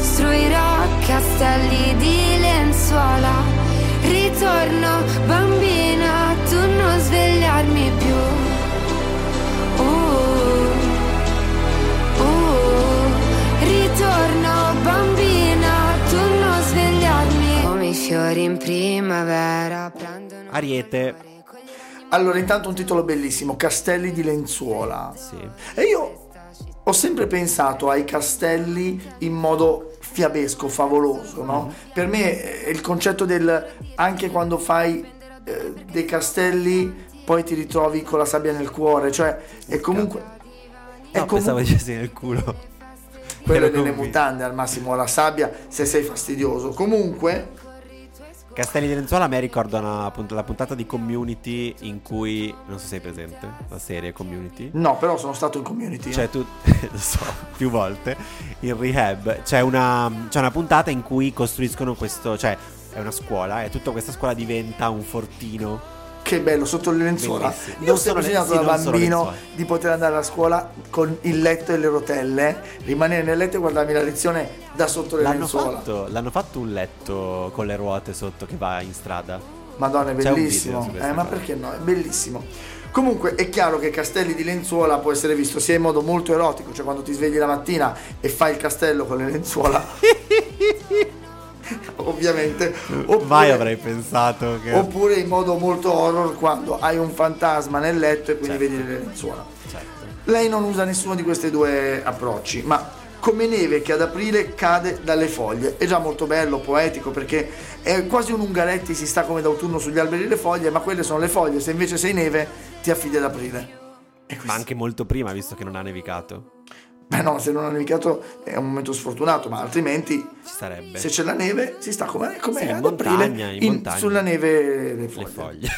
Speaker 7: Costruirò castelli di lenzuola. Ritorno bambina, tu non svegliarmi più. Uh,
Speaker 1: Oh,
Speaker 7: uh, ritorno bambina, tu non svegliarmi. Come i fiori in primavera prendono
Speaker 5: Ariete.
Speaker 7: colore con gli
Speaker 4: allora intanto un titolo bellissimo Castelli di Lenzuola
Speaker 5: Sì.
Speaker 4: e io ho sempre pensato ai castelli in modo fiabesco, favoloso, no?
Speaker 5: Mm-hmm.
Speaker 4: Per me è il concetto del anche quando fai eh, dei castelli poi ti ritrovi con la sabbia nel cuore, cioè è comunque è
Speaker 5: No, pensavo dicessi nel culo.
Speaker 4: quello
Speaker 5: Ero
Speaker 4: delle
Speaker 5: convinto.
Speaker 4: mutande al massimo la sabbia se sei fastidioso. Comunque
Speaker 5: Castelli di Lenzuola a me ricordano appunto la puntata di Community in cui, non so se sei presente, la serie Community.
Speaker 4: No, però sono stato in community. eh.
Speaker 5: Cioè tu, lo so, più volte, in rehab c'è una, c'è una puntata in cui costruiscono questo, cioè è una scuola e tutta questa scuola diventa un fortino.
Speaker 4: Che bello, sotto le lenzuola.
Speaker 5: Bellissimo.
Speaker 4: Io
Speaker 5: Non
Speaker 4: ho sempre
Speaker 5: solo le-
Speaker 4: sognato
Speaker 5: sì,
Speaker 4: da
Speaker 5: non solo
Speaker 4: bambino
Speaker 5: lenzuola.
Speaker 4: di poter andare a scuola con il letto e le rotelle, rimanere nel letto e guardarmi la lezione da sotto le
Speaker 5: L'hanno
Speaker 4: lenzuola.
Speaker 5: fatto, l'hanno fatto un letto con le ruote sotto che va in strada.
Speaker 4: Madonna, è
Speaker 5: C'è un video
Speaker 4: bellissimo.
Speaker 5: su questa
Speaker 4: Eh, ma
Speaker 5: cosa.
Speaker 4: perché no? È bellissimo. Comunque è chiaro che Castelli di Lenzuola può essere visto sia in modo molto erotico, cioè quando ti svegli la mattina e fai il castello con le lenzuola. Ovviamente. Oppure,
Speaker 5: Mai avrei pensato che...
Speaker 4: Oppure in modo molto horror quando hai un fantasma nel letto e quindi
Speaker 5: Certo.
Speaker 4: vedi le lenzuola.
Speaker 5: Certo.
Speaker 4: Lei non usa nessuno di questi due approcci, ma come neve che ad aprile cade dalle foglie. È già molto bello, poetico, perché è quasi un ungaretti, si sta come d'autunno sugli alberi le foglie, ma quelle sono le foglie, se invece sei neve ti affidi ad aprile. E questo-
Speaker 5: Ma anche molto prima, visto che non ha nevicato.
Speaker 4: Beh no, se non ha nevicato è un momento sfortunato, ma altrimenti
Speaker 5: Ci sarebbe.
Speaker 4: se c'è la neve si sta come, come
Speaker 5: Sì, in
Speaker 4: ad
Speaker 5: montagna,
Speaker 4: aprile
Speaker 5: in montagna.
Speaker 4: sulla neve le
Speaker 5: le
Speaker 4: foglie.
Speaker 5: foglie.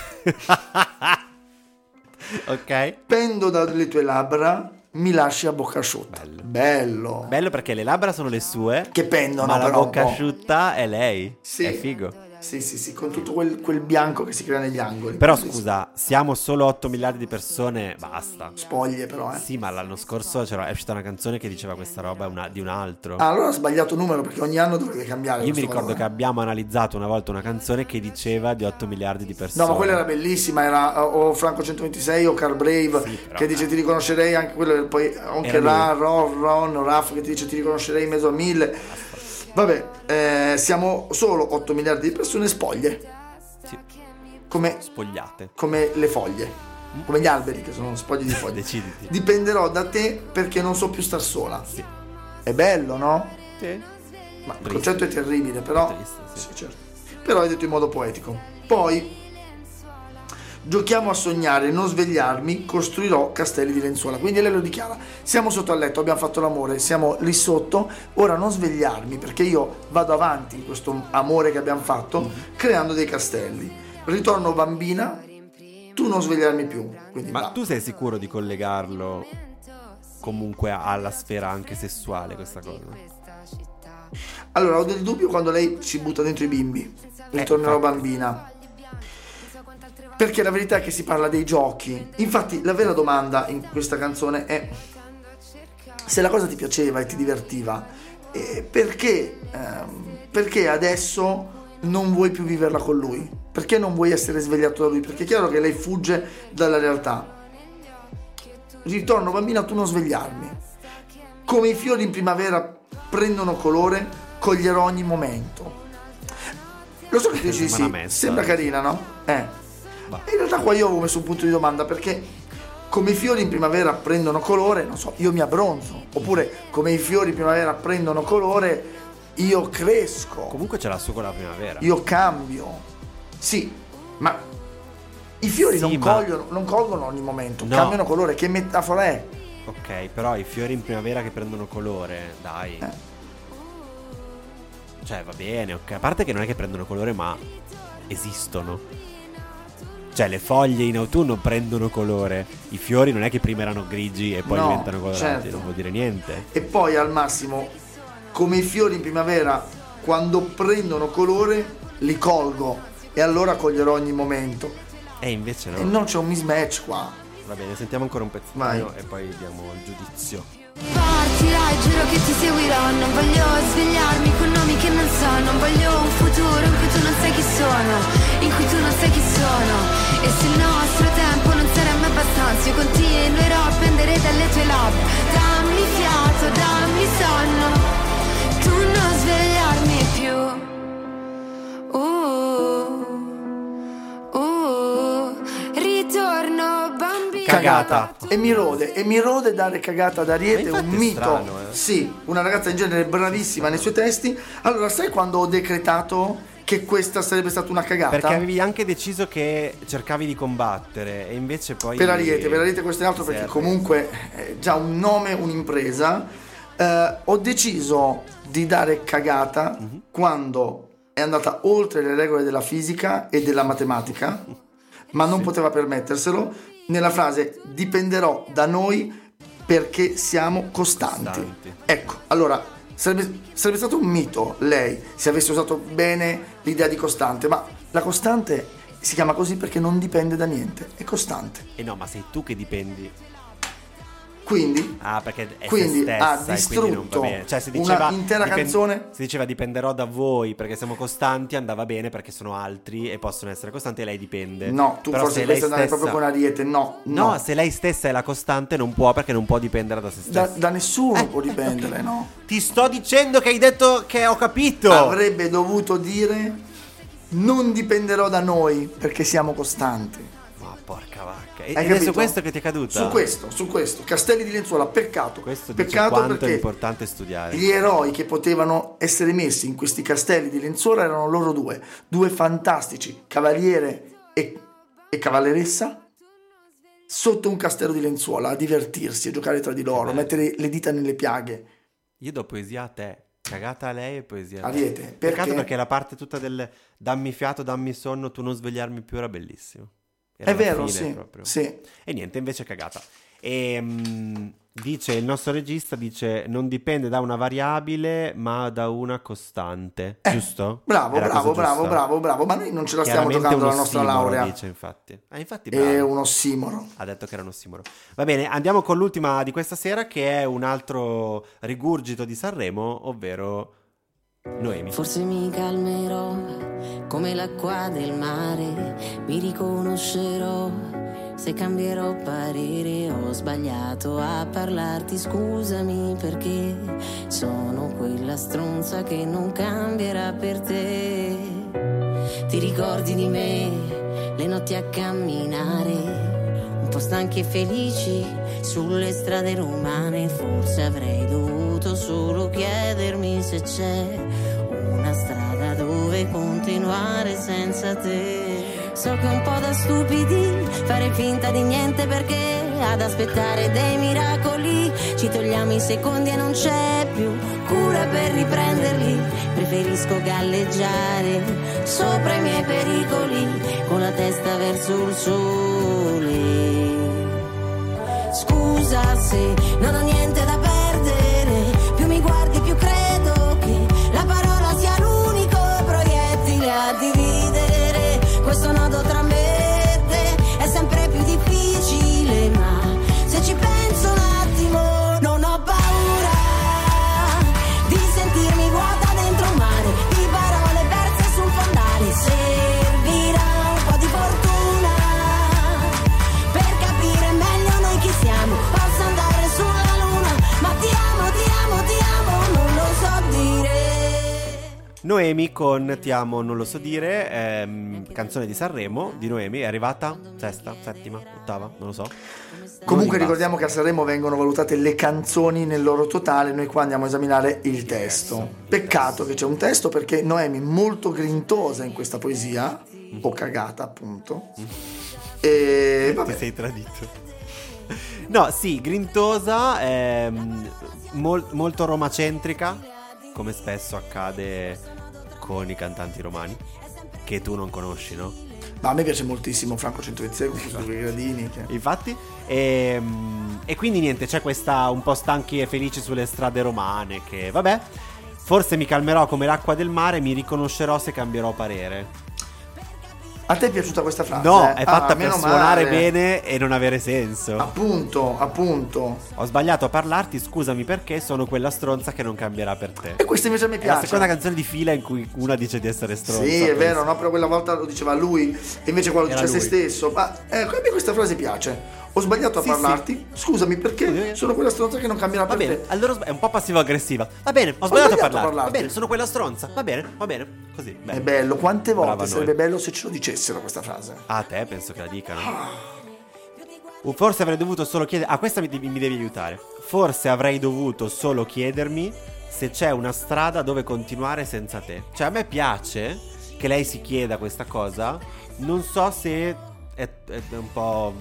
Speaker 5: ok.
Speaker 4: Pendo dalle tue labbra, mi lasci a bocca asciutta.
Speaker 5: Bello.
Speaker 4: Bello.
Speaker 5: Bello perché le labbra sono le sue.
Speaker 4: Che pendono,
Speaker 5: Ma la
Speaker 4: però, un
Speaker 5: bocca
Speaker 4: po'.
Speaker 5: asciutta è lei.
Speaker 4: Sì.
Speaker 5: È figo.
Speaker 4: Sì, sì, sì, con tutto quel, quel bianco che si crea negli angoli.
Speaker 5: Però
Speaker 4: Sì, sì.
Speaker 5: scusa, siamo solo 8 miliardi di persone, basta.
Speaker 4: Spoglie però, eh.
Speaker 5: Sì, ma l'anno scorso c'era, è uscita una canzone che diceva questa roba è una- di un altro.
Speaker 4: Ah, allora ho sbagliato numero perché ogni anno dovrebbe cambiare. eh.
Speaker 5: Io mi
Speaker 4: questo
Speaker 5: ricordo
Speaker 4: valore.
Speaker 5: che abbiamo analizzato una volta una canzone che diceva di 8 miliardi di persone.
Speaker 4: No, ma quella era bellissima, era o Franco 126 o Car Brave
Speaker 5: Sì, però,
Speaker 4: che dice
Speaker 5: eh.
Speaker 4: ti riconoscerei anche quello, poi anche
Speaker 5: Era lui.
Speaker 4: Ra, Ron, Ron, Raff che ti dice ti riconoscerei in mezzo a mille. Vabbè, eh, siamo solo 8 miliardi di persone spoglie,
Speaker 5: Sì,
Speaker 4: come,
Speaker 5: spogliate.
Speaker 4: come le foglie, come gli alberi che sono spoglie di foglie.
Speaker 5: Deciditi.
Speaker 4: Dipenderò da te perché non so più star sola.
Speaker 5: Sì.
Speaker 4: È bello, no?
Speaker 5: Sì.
Speaker 4: Ma il concetto è terribile, però.
Speaker 5: Triste, sì.
Speaker 4: Sì, certo. Però è detto in modo poetico. Poi. Giochiamo a sognare, non svegliarmi, costruirò castelli di lenzuola. Quindi lei lo dichiara: siamo sotto al letto, abbiamo fatto l'amore, siamo lì sotto. Ora non svegliarmi perché io vado avanti in questo amore che abbiamo fatto,
Speaker 5: Mhm.
Speaker 4: creando dei castelli. Ritorno bambina, tu non svegliarmi più. Quindi
Speaker 5: Ma
Speaker 4: va.
Speaker 5: tu sei sicuro di collegarlo comunque alla sfera anche sessuale questa cosa?
Speaker 4: Allora, ho del dubbio quando lei ci butta dentro i bimbi. Ritornerò bambina. Perché la verità è che si parla dei giochi. Infatti, la vera domanda in questa canzone è se la cosa ti piaceva e ti divertiva, eh, perché, ehm, perché adesso non vuoi più viverla con lui? Perché non vuoi essere svegliato da lui? Perché è chiaro che lei fugge dalla realtà. Ritorno bambina, tu non svegliarmi. Come i fiori in primavera prendono colore, coglierò ogni momento. Lo so che tu dici
Speaker 5: Sembra
Speaker 4: sì,
Speaker 5: una messa.
Speaker 4: sembra carina, no? Eh.
Speaker 5: Bah.
Speaker 4: In realtà qua io avevo messo un punto di domanda perché come i fiori in primavera prendono colore, non so, io mi abbronzo, oppure come i fiori in primavera prendono colore, io cresco,
Speaker 5: Comunque ce l'ha su con la primavera.
Speaker 4: io cambio. Sì, ma i fiori
Speaker 5: Sì,
Speaker 4: non,
Speaker 5: ma-
Speaker 4: cogliono- non colgono ogni momento,
Speaker 5: No.
Speaker 4: cambiano colore, che metafora è?
Speaker 5: Ok, però i fiori in primavera che prendono colore, dai.
Speaker 4: Eh.
Speaker 5: Cioè, va bene, ok. A parte che non è che prendono colore, ma esistono. Cioè, le foglie in autunno prendono colore. I fiori non è che prima erano grigi e poi
Speaker 4: No,
Speaker 5: diventano colorati,
Speaker 4: certo.
Speaker 5: non vuol dire niente.
Speaker 4: E poi al massimo, come i fiori in primavera, quando prendono colore, li colgo e allora coglierò ogni momento.
Speaker 5: E invece no.
Speaker 4: E non c'è un mismatch qua.
Speaker 5: Va bene, sentiamo ancora un pezzettino
Speaker 4: Vai.
Speaker 5: e poi diamo il giudizio.
Speaker 7: Partirai, giuro che ti seguirò, non voglio svegliarmi con nomi che non so, non voglio un futuro in cui tu non sai chi sono, in cui tu non sai chi sono. E se il nostro tempo non sarà mai abbastanza, io continuerò a prendere dalle tue labbra. Dammi fiato, dammi sonno, tu non svegliarmi più. Uh, uh, ritorno bambino.
Speaker 5: Cagata.
Speaker 4: E mi rode, e mi rode dare cagata ad Ariete,
Speaker 5: Ma infatti
Speaker 4: un
Speaker 5: è
Speaker 4: mito.
Speaker 5: strano, eh.
Speaker 4: Sì, una ragazza in genere bravissima nei suoi testi. Allora, sai quando ho decretato che questa sarebbe stata una cagata?
Speaker 5: Perché avevi anche deciso che cercavi di combattere e invece poi...
Speaker 4: Per Ariete, per Ariete questo è un altro
Speaker 5: Ti
Speaker 4: perché
Speaker 5: sei
Speaker 4: comunque è già un nome, un'impresa. Eh, ho deciso di dare cagata
Speaker 5: Mhm.
Speaker 4: quando è andata oltre le regole della fisica e della matematica, ma non poteva permetterselo, nella frase dipenderò da noi perché siamo costanti.
Speaker 5: Costanti.
Speaker 4: Ecco, allora sarebbe, sarebbe stato un mito lei se avesse usato bene l'idea di costante, ma la costante si chiama così perché non dipende da niente, è costante.
Speaker 5: E Eh no, ma sei tu che dipendi.
Speaker 4: Quindi
Speaker 5: Ah, perché è
Speaker 4: Quindi
Speaker 5: se stessa
Speaker 4: ha
Speaker 5: e quindi non va
Speaker 4: distrutto
Speaker 5: bene. Cioè, si
Speaker 4: una
Speaker 5: diceva
Speaker 4: intera canzone.
Speaker 5: Si diceva dipenderò da voi perché siamo costanti, andava bene perché sono altri e possono essere costanti e lei dipende.
Speaker 4: no, tu
Speaker 5: Però
Speaker 4: forse
Speaker 5: se lei
Speaker 4: dovresti andare
Speaker 5: stessa-
Speaker 4: proprio con Ariete, no,
Speaker 5: No,
Speaker 4: no.
Speaker 5: se lei stessa è la costante non può perché non può dipendere da se
Speaker 4: da,
Speaker 5: stessa. Eh,
Speaker 4: da nessuno può dipendere, no?
Speaker 5: Ti sto dicendo che hai detto che ho capito.
Speaker 4: Avrebbe dovuto dire non dipenderò da noi perché siamo costanti.
Speaker 5: Ma porca vacca. E
Speaker 4: Hai
Speaker 5: ed è su
Speaker 4: capito?
Speaker 5: questo che ti è caduta?
Speaker 4: Su questo, su questo. Castelli di lenzuola, peccato.
Speaker 5: Questo dice
Speaker 4: peccato
Speaker 5: quanto è
Speaker 4: perché
Speaker 5: importante studiare.
Speaker 4: gli eroi che potevano essere messi in questi castelli di lenzuola erano loro due, due fantastici, cavaliere e, e cavalleressa, sotto un castello di lenzuola a divertirsi, a giocare tra di loro, a mettere le dita nelle piaghe.
Speaker 5: Io do poesia a te. Cagata a lei e poesia a te.
Speaker 4: Ariete,
Speaker 5: Peccato
Speaker 4: perché?
Speaker 5: perché la parte tutta del dammi fiato, dammi sonno, tu non svegliarmi più era bellissimo. Era
Speaker 4: È
Speaker 5: la
Speaker 4: vero,
Speaker 5: fine
Speaker 4: sì,
Speaker 5: proprio.
Speaker 4: sì.
Speaker 5: E niente, invece è cagata. E mm, dice il nostro regista: dice non dipende da una variabile, ma da una costante, giusto?
Speaker 4: Eh, Bravo,
Speaker 5: Era la cosa
Speaker 4: bravo, bravo,
Speaker 5: giusta?
Speaker 4: bravo, bravo, ma noi non ce la stiamo
Speaker 5: Chiaramente
Speaker 4: giocando
Speaker 5: un
Speaker 4: la nostra
Speaker 5: ossimoro,
Speaker 4: laurea.
Speaker 5: Dice, infatti. Ah, infatti
Speaker 4: È
Speaker 5: bravo.
Speaker 4: un ossimoro.
Speaker 5: Ha detto che era un ossimoro. Va bene, andiamo con l'ultima di questa sera, che è un altro rigurgito di Sanremo, ovvero Noemi.
Speaker 8: Forse mi calmerò come l'acqua del mare, mi riconoscerò se cambierò parere. Ho sbagliato a parlarti, scusami perché sono quella stronza che non cambierà per te. Ti ricordi di me, le notti a camminare, un po' stanchi e felici sulle strade romane. Forse avrei dovuto solo chiedermi se c'è una strada dove continuare senza te. So che è un po' da stupidi fare finta di niente perché ad aspettare dei miracoli ci togliamo i secondi e non c'è più cura per riprenderli. Preferisco galleggiare sopra i miei pericoli con la testa verso il sole. Scusa se non ho niente da perdere, più mi guardi più credo che la parola sia l'unico proiettile a dividere questo nodo tra me e te è sempre più difficile, ma se ci penso un attimo non ho paura di sentirmi vuota dentro un mare, di parole perse sul fondale, servirà un po' di fortuna per capire meglio noi chi siamo. Posso andare sulla luna, ma ti amo, ti amo, ti amo, non lo so dire.
Speaker 5: Noemi con Ti amo, non lo so dire, ehm, canzone di Sanremo di Noemi, è arrivata sesta, settima, ottava, non lo so.
Speaker 4: Comunque
Speaker 5: Non li
Speaker 4: ricordiamo che a Sanremo vengono valutate le canzoni nel loro totale, noi qua andiamo a esaminare il testo. Peccato che c'è un testo perché Noemi, molto grintosa in questa poesia, o cagata appunto,
Speaker 5: Mm.
Speaker 4: e
Speaker 5: basta.
Speaker 4: vabbè,
Speaker 5: Ti sei tradito. No, sì, grintosa, ehm, mol- molto romacentrica, come spesso accade con i cantanti romani, che tu non conosci, no?
Speaker 4: ma a me piace moltissimo Franco Centovizze con questi due gradini. cioè. che-
Speaker 5: Infatti. ehm, E, quindi niente, c'è questa un po' stanchi e felici sulle strade romane che vabbè. Forse mi calmerò come l'acqua del mare, mi riconoscerò se cambierò parere.
Speaker 4: A te è piaciuta questa frase?
Speaker 5: No,
Speaker 4: eh?
Speaker 5: è fatta
Speaker 4: Ah,
Speaker 5: per
Speaker 4: meno
Speaker 5: suonare
Speaker 4: male. Ah.
Speaker 5: bene e non avere senso.
Speaker 4: Appunto, appunto.
Speaker 5: Ho sbagliato a parlarti, scusami perché sono quella stronza che non cambierà per te.
Speaker 4: E questa invece mi
Speaker 5: È la
Speaker 4: piace.
Speaker 5: seconda canzone di fila in cui una dice di essere stronza.
Speaker 4: Sì, è
Speaker 5: penso.
Speaker 4: vero, no? Però quella volta lo diceva lui, e invece qua lo
Speaker 5: Era
Speaker 4: dice a se
Speaker 5: lui.
Speaker 4: stesso. Ma ecco, a me questa frase piace. Ho sbagliato a
Speaker 5: Sì,
Speaker 4: parlarti. Scusami, perché
Speaker 5: Eh.
Speaker 4: sono quella stronza che non cambierà
Speaker 5: Va
Speaker 4: per
Speaker 5: bene,
Speaker 4: te.
Speaker 5: allora ho sba- è un po' passivo-aggressiva. Va bene, ho sbagliato,
Speaker 4: sbagliato
Speaker 5: a
Speaker 4: a
Speaker 5: parlare. Va
Speaker 4: parlarti.
Speaker 5: bene, sono quella stronza. Va bene, va bene. Così.
Speaker 4: È
Speaker 5: bene.
Speaker 4: bello, quante volte
Speaker 5: Brava
Speaker 4: sarebbe
Speaker 5: Noemi.
Speaker 4: bello se ce lo dicessero questa frase.
Speaker 5: A te penso che la dicano. O forse avrei dovuto solo chiedere. Ah, questa mi, devi- mi devi aiutare. Forse avrei dovuto solo chiedermi se c'è una strada dove continuare senza te. Cioè, a me piace che lei si chieda questa cosa. Non so se è, è un po'.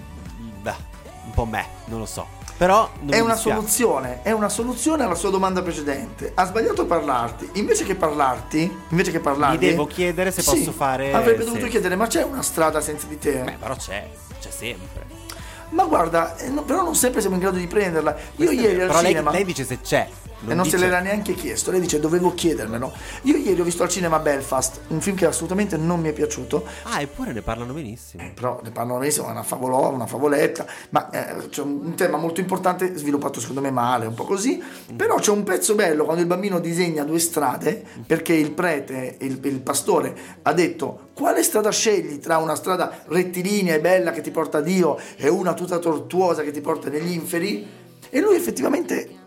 Speaker 5: beh, un po' me, non lo so. Però non
Speaker 4: È
Speaker 5: mi
Speaker 4: una
Speaker 5: dispiace.
Speaker 4: soluzione, è una soluzione alla sua domanda precedente. Ha sbagliato a parlarti. Invece che parlarti, invece che parlarti,
Speaker 5: devo chiedere se
Speaker 4: Sì,
Speaker 5: posso fare-
Speaker 4: Avrebbe
Speaker 5: sì.
Speaker 4: dovuto chiedere, ma c'è una strada senza di te?
Speaker 5: Beh, Eh, però c'è, c'è sempre.
Speaker 4: Ma guarda, eh, no- però non sempre siamo in grado di prenderla. Io ieri al
Speaker 5: Però lei,
Speaker 4: cinema.
Speaker 5: lei dice se c'è.
Speaker 4: e non se
Speaker 5: dice-
Speaker 4: l'era neanche chiesto, lei dice dovevo chiedermelo. Io ieri ho visto al cinema Belfast, un film che assolutamente non mi è piaciuto,
Speaker 5: Ah, eppure ne parlano benissimo.
Speaker 4: Eh, però ne parlano benissimo, è una favolola, una favoletta, ma eh, c'è un un tema molto importante sviluppato secondo me male, un po' così, però c'è un pezzo bello quando il bambino disegna due strade perché il prete, il, il pastore ha detto quale strada scegli tra una strada rettilinea e bella che ti porta a Dio e una tutta tortuosa che ti porta negli inferi e lui effettivamente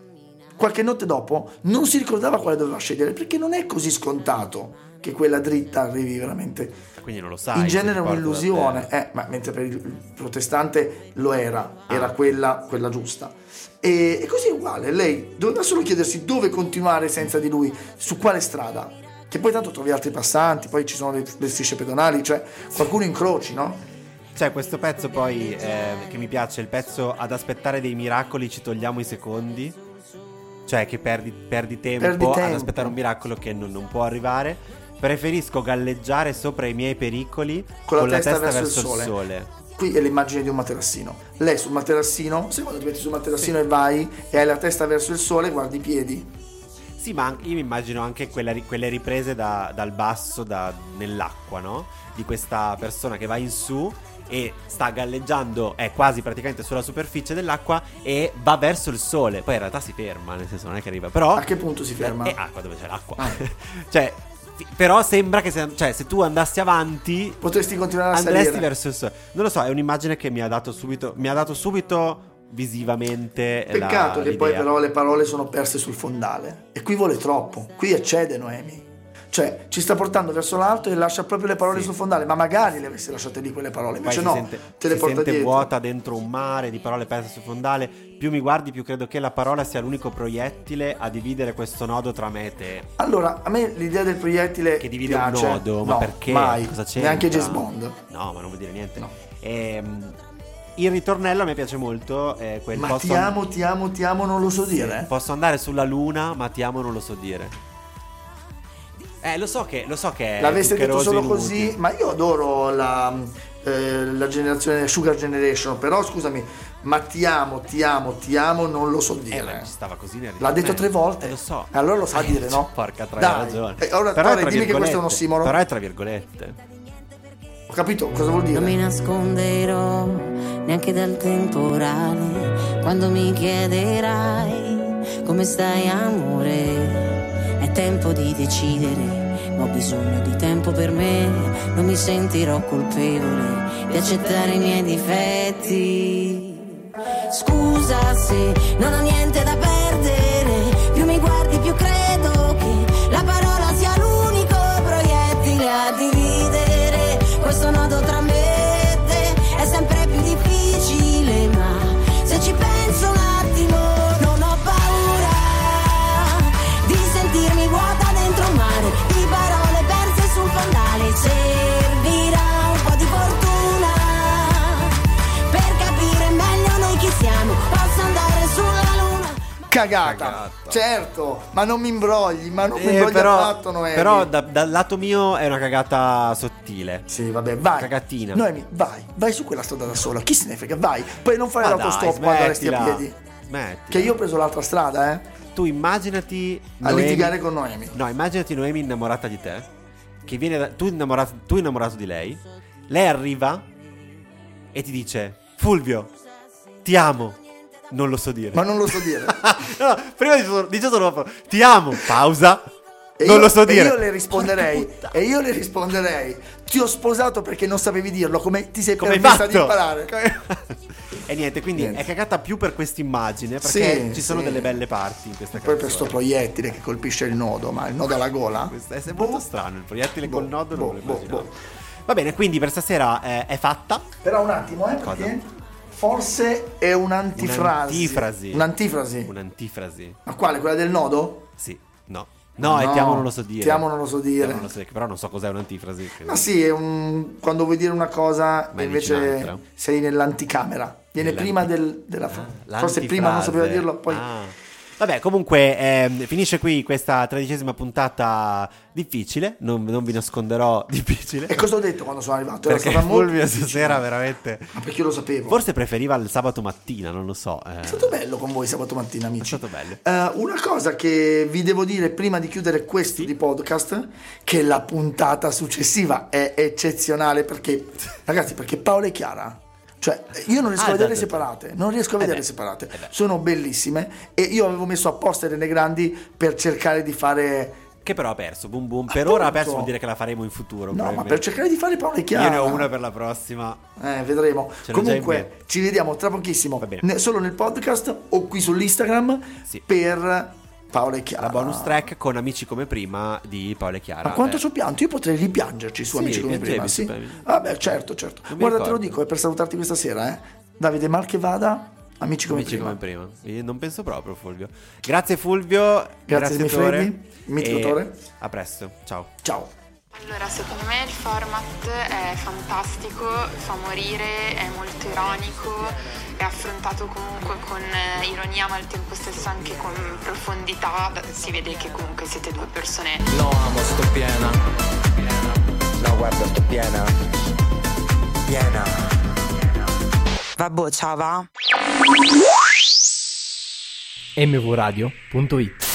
Speaker 4: qualche notte dopo non si ricordava quale doveva scegliere perché non è così scontato che quella dritta arrivi veramente
Speaker 5: Quindi non lo sai.
Speaker 4: in
Speaker 5: se
Speaker 4: genere è
Speaker 5: ricordo da te.
Speaker 4: un'illusione, eh, ma mentre per il protestante lo era, era quella, quella giusta. E, e così è uguale, lei doveva solo chiedersi dove continuare senza di lui, su quale strada, che poi tanto trovi altri passanti, poi ci sono le, le strisce pedonali, cioè qualcuno incroci, no?
Speaker 5: C'è Cioè, questo pezzo poi eh, che mi piace, il pezzo ad aspettare dei miracoli ci togliamo i secondi, cioè che perdi, perdi tempo
Speaker 4: Perdi
Speaker 5: ad
Speaker 4: tempo.
Speaker 5: aspettare un miracolo che non, non può arrivare. Preferisco galleggiare sopra i miei pericoli con, la, testa, verso, il sole.
Speaker 4: Qui è l'immagine di un materassino. Lei sul materassino, se quando ti metti sul materassino e vai e hai la testa verso il sole, guardi i piedi.
Speaker 5: Sì, ma anche- io mi immagino anche quella ri- quelle riprese da- dal basso, da- nell'acqua, no? Di questa persona che va in su e sta galleggiando, è quasi praticamente sulla superficie dell'acqua e va verso il sole. Poi in realtà si ferma, nel senso non è che arriva. Però...
Speaker 4: A che punto si ferma?
Speaker 5: È acqua dove c'è l'acqua.
Speaker 4: Ah.
Speaker 5: cioè, fi- però sembra che se, cioè, se tu andassi avanti...
Speaker 4: Potresti continuare a
Speaker 5: Andresti
Speaker 4: salire.
Speaker 5: verso il sole. Non lo so, è un'immagine che mi ha dato subito... Mi ha dato subito visivamente... la-
Speaker 4: Peccato che poi
Speaker 5: l'idea.
Speaker 4: però le parole sono perse sul fondale. E qui vuole troppo. Qui eccede Noemi. Cioè, ci sta portando verso l'alto e lascia proprio le parole
Speaker 5: Sì.
Speaker 4: sul fondale, ma magari le avesse lasciate lì quelle parole,
Speaker 5: Poi
Speaker 4: invece
Speaker 5: si
Speaker 4: no,
Speaker 5: sente,
Speaker 4: te le
Speaker 5: si
Speaker 4: porta
Speaker 5: sente
Speaker 4: dietro.
Speaker 5: vuota dentro un mare di parole perse sul fondale. Più mi guardi, più credo che la parola sia l'unico proiettile a dividere questo nodo tra me e te.
Speaker 4: Allora, a me l'idea del proiettile
Speaker 5: Che divide
Speaker 4: piace.
Speaker 5: un nodo, ma
Speaker 4: No,
Speaker 5: perché?
Speaker 4: Mai.
Speaker 5: Cosa c'è?
Speaker 4: Neanche James Bond.
Speaker 5: No, ma non vuol dire niente.
Speaker 4: No.
Speaker 5: Ehm, il ritornello a me piace molto. eh, quel
Speaker 4: Ma
Speaker 5: posso,
Speaker 4: ti amo, eh? ti amo, ti amo, non lo so dire.
Speaker 5: posso andare sulla luna, ma ti amo, non lo so dire. Eh, lo so che, lo so che è
Speaker 4: L'avesse detto
Speaker 5: zuccheroso
Speaker 4: solo
Speaker 5: e
Speaker 4: così,
Speaker 5: inutile.
Speaker 4: ma io adoro la, eh, la generazione Sugar Generation, però scusami, ma ti amo, ti amo, ti amo, non lo so
Speaker 5: Eh, ma
Speaker 4: dire.
Speaker 5: ci stava così nel
Speaker 4: L'ha detto
Speaker 5: ritornello.
Speaker 4: tre volte.
Speaker 5: Eh, lo so.
Speaker 4: E allora lo sa
Speaker 5: Eh,
Speaker 4: dire, no?
Speaker 5: Porca troia,
Speaker 4: Dai.
Speaker 5: hai ragione.
Speaker 4: Eh, allora,
Speaker 5: Però è
Speaker 4: Tore,
Speaker 5: tra
Speaker 4: dimmi che questo è un
Speaker 5: virgolette.
Speaker 4: ossimoro.
Speaker 5: Però è tra virgolette.
Speaker 4: Ho capito cosa vuol
Speaker 8: Non mi
Speaker 4: dire.
Speaker 8: nasconderò neanche dal temporale quando mi chiederai come stai amore. È tempo di decidere, ma ho bisogno di tempo per me. Non mi sentirò colpevole di accettare i miei difetti. Scusa se non ho niente da perdere, più mi guardi più credo che la parola sia l'unico proiettile a dividere questo nodo tra me e te. È sempre più difficile, ma se ci penso un attimo non ho paura di sentirmi vuota dentro un mare, di parole perse sul fondale, servirà un po' di fortuna per capire meglio noi chi siamo. Posso andare sulla luna.
Speaker 4: Cagata.
Speaker 5: Cagata.
Speaker 4: Certo, ma non mi imbrogli, ma non mi
Speaker 5: Eh,
Speaker 4: imbrogli
Speaker 5: però
Speaker 4: affatto, Noemi.
Speaker 5: però da- dal lato mio è una cagata sottile.
Speaker 4: Sì, vabbè, vai.
Speaker 5: Cagatina.
Speaker 4: Noemi, vai, vai su quella strada da sola. Chi se ne frega, vai. Poi non fare
Speaker 5: Ma
Speaker 4: l'autostop
Speaker 5: dai,
Speaker 4: quando resti a
Speaker 5: smettila.
Speaker 4: piedi.
Speaker 5: Smettila.
Speaker 4: Che io ho preso l'altra strada, eh.
Speaker 5: Tu immaginati
Speaker 4: A
Speaker 5: Noemi-
Speaker 4: litigare con Noemi.
Speaker 5: No, immaginati Noemi innamorata di te. Che viene da- tu, innamorato, tu innamorato di lei. Lei arriva e ti dice: Fulvio, ti amo. Non lo so dire.
Speaker 4: Ma non lo so dire.
Speaker 5: no, prima dice solo, dice solo proprio, ti amo, pausa.
Speaker 4: E
Speaker 5: non
Speaker 4: io-
Speaker 5: lo so
Speaker 4: e
Speaker 5: dire.
Speaker 4: Io le risponderei. E io le risponderei. Ti ho sposato perché non sapevi dirlo. Come ti sei
Speaker 5: Come hai
Speaker 4: permessa
Speaker 5: fatto?
Speaker 4: di imparare?
Speaker 5: e niente, quindi
Speaker 4: Niente.
Speaker 5: è cagata più per questa immagine eh, perché
Speaker 4: Sì,
Speaker 5: ci sono
Speaker 4: sì.
Speaker 5: delle belle parti in questa
Speaker 4: Poi
Speaker 5: canzone.
Speaker 4: per sto proiettile che colpisce il nodo, ma il nodo alla gola.
Speaker 5: Questo è è molto strano il proiettile col
Speaker 4: Boh,
Speaker 5: nodo,
Speaker 4: boh,
Speaker 5: non lo
Speaker 4: boh,
Speaker 5: immaginavo.
Speaker 4: boh.
Speaker 5: Va bene, quindi per stasera eh, è fatta.
Speaker 4: Però un attimo, eh,
Speaker 5: Cosa?
Speaker 4: perché forse è un'antifrasi.
Speaker 5: Un'antifrasi.
Speaker 4: Un'antifrasi.
Speaker 5: Un'antifrasi.
Speaker 4: Ma quale? Quella del nodo?
Speaker 5: Sì, no. No, è
Speaker 4: No,
Speaker 5: ti amo non lo so dire.
Speaker 4: ti amo, non lo so dire.
Speaker 5: Ti amo, non lo so dire, che però non so cos'è un'antifrasi. quindi-
Speaker 4: Ma sì, è un... quando vuoi dire una cosa
Speaker 5: Ma
Speaker 4: e invece
Speaker 5: dici un'altra?
Speaker 4: sei nell'anticamera. Viene
Speaker 5: Nell'anti- Ah,
Speaker 4: prima del- della frase. Forse
Speaker 5: L'antifrase.
Speaker 4: prima non sapeva dirlo, poi...
Speaker 5: Ah. Vabbè, comunque ehm, finisce qui questa tredicesima puntata difficile, non, non vi nasconderò difficile.
Speaker 4: E cosa ho detto quando sono arrivato? Era
Speaker 5: perché
Speaker 4: stata molto
Speaker 5: Fulvio
Speaker 4: difficile.
Speaker 5: stasera veramente...
Speaker 4: Ma perché io lo sapevo.
Speaker 5: Forse preferiva il sabato mattina, non lo so. eh.
Speaker 4: È stato bello con voi sabato mattina, amici.
Speaker 5: È stato bello.
Speaker 4: Eh, una cosa che vi devo dire prima di chiudere questo di podcast, che la puntata successiva è eccezionale perché, ragazzi, perché Paola e Chiara. Cioè, io non riesco
Speaker 5: Ah,
Speaker 4: a vederle
Speaker 5: già, già, già.
Speaker 4: separate, non riesco a vederle
Speaker 5: beh,
Speaker 4: separate. Sono bellissime e io avevo messo apposta Irene Grandi per cercare di fare...
Speaker 5: Che però ha perso, boom boom. Per
Speaker 4: Appunto.
Speaker 5: ora ha perso, vuol dire che la faremo in futuro.
Speaker 4: No, ma
Speaker 5: probabilmente.
Speaker 4: per cercare di fare Paola e Chiara.
Speaker 5: Io ne ho una per la prossima.
Speaker 4: Eh, vedremo.
Speaker 5: Ce l'ho già in
Speaker 4: Comunque,
Speaker 5: mente.
Speaker 4: ci vediamo tra pochissimo,
Speaker 5: Va bene.
Speaker 4: ne- solo nel podcast o qui sull'Instagram
Speaker 5: Sì.
Speaker 4: per Paola e Chiara.
Speaker 5: La bonus track con Amici come prima di Paolo e Chiara.
Speaker 4: Ma quanto
Speaker 5: Eh,
Speaker 4: ci ho pianto? Io potrei ripiangerci su
Speaker 5: Sì,
Speaker 4: Amici come
Speaker 5: piangevi,
Speaker 4: prima, sì.
Speaker 5: piangevi.
Speaker 4: Vabbè, certo, certo.
Speaker 5: Non mi
Speaker 4: Guarda, te lo
Speaker 5: ricordo.
Speaker 4: dico, è per salutarti questa sera, eh. Davide Malchevada, Amici come
Speaker 5: Amici
Speaker 4: prima.
Speaker 5: come prima. Eh, Non penso proprio, Fulvio. Grazie, Fulvio.
Speaker 4: Grazie,
Speaker 5: Tore.
Speaker 4: Smifreddi. Mitico
Speaker 5: E
Speaker 4: Tore.
Speaker 5: A presto. Ciao.
Speaker 4: Ciao.
Speaker 2: Allora, secondo me il format è fantastico, fa morire, è molto ironico, è affrontato comunque con eh, ironia ma al tempo stesso anche con profondità, si vede che comunque siete due persone
Speaker 9: No, amo, sto piena. No, guarda, sto piena. Piena.
Speaker 10: Vabbè, ciao va.
Speaker 3: mvradio.it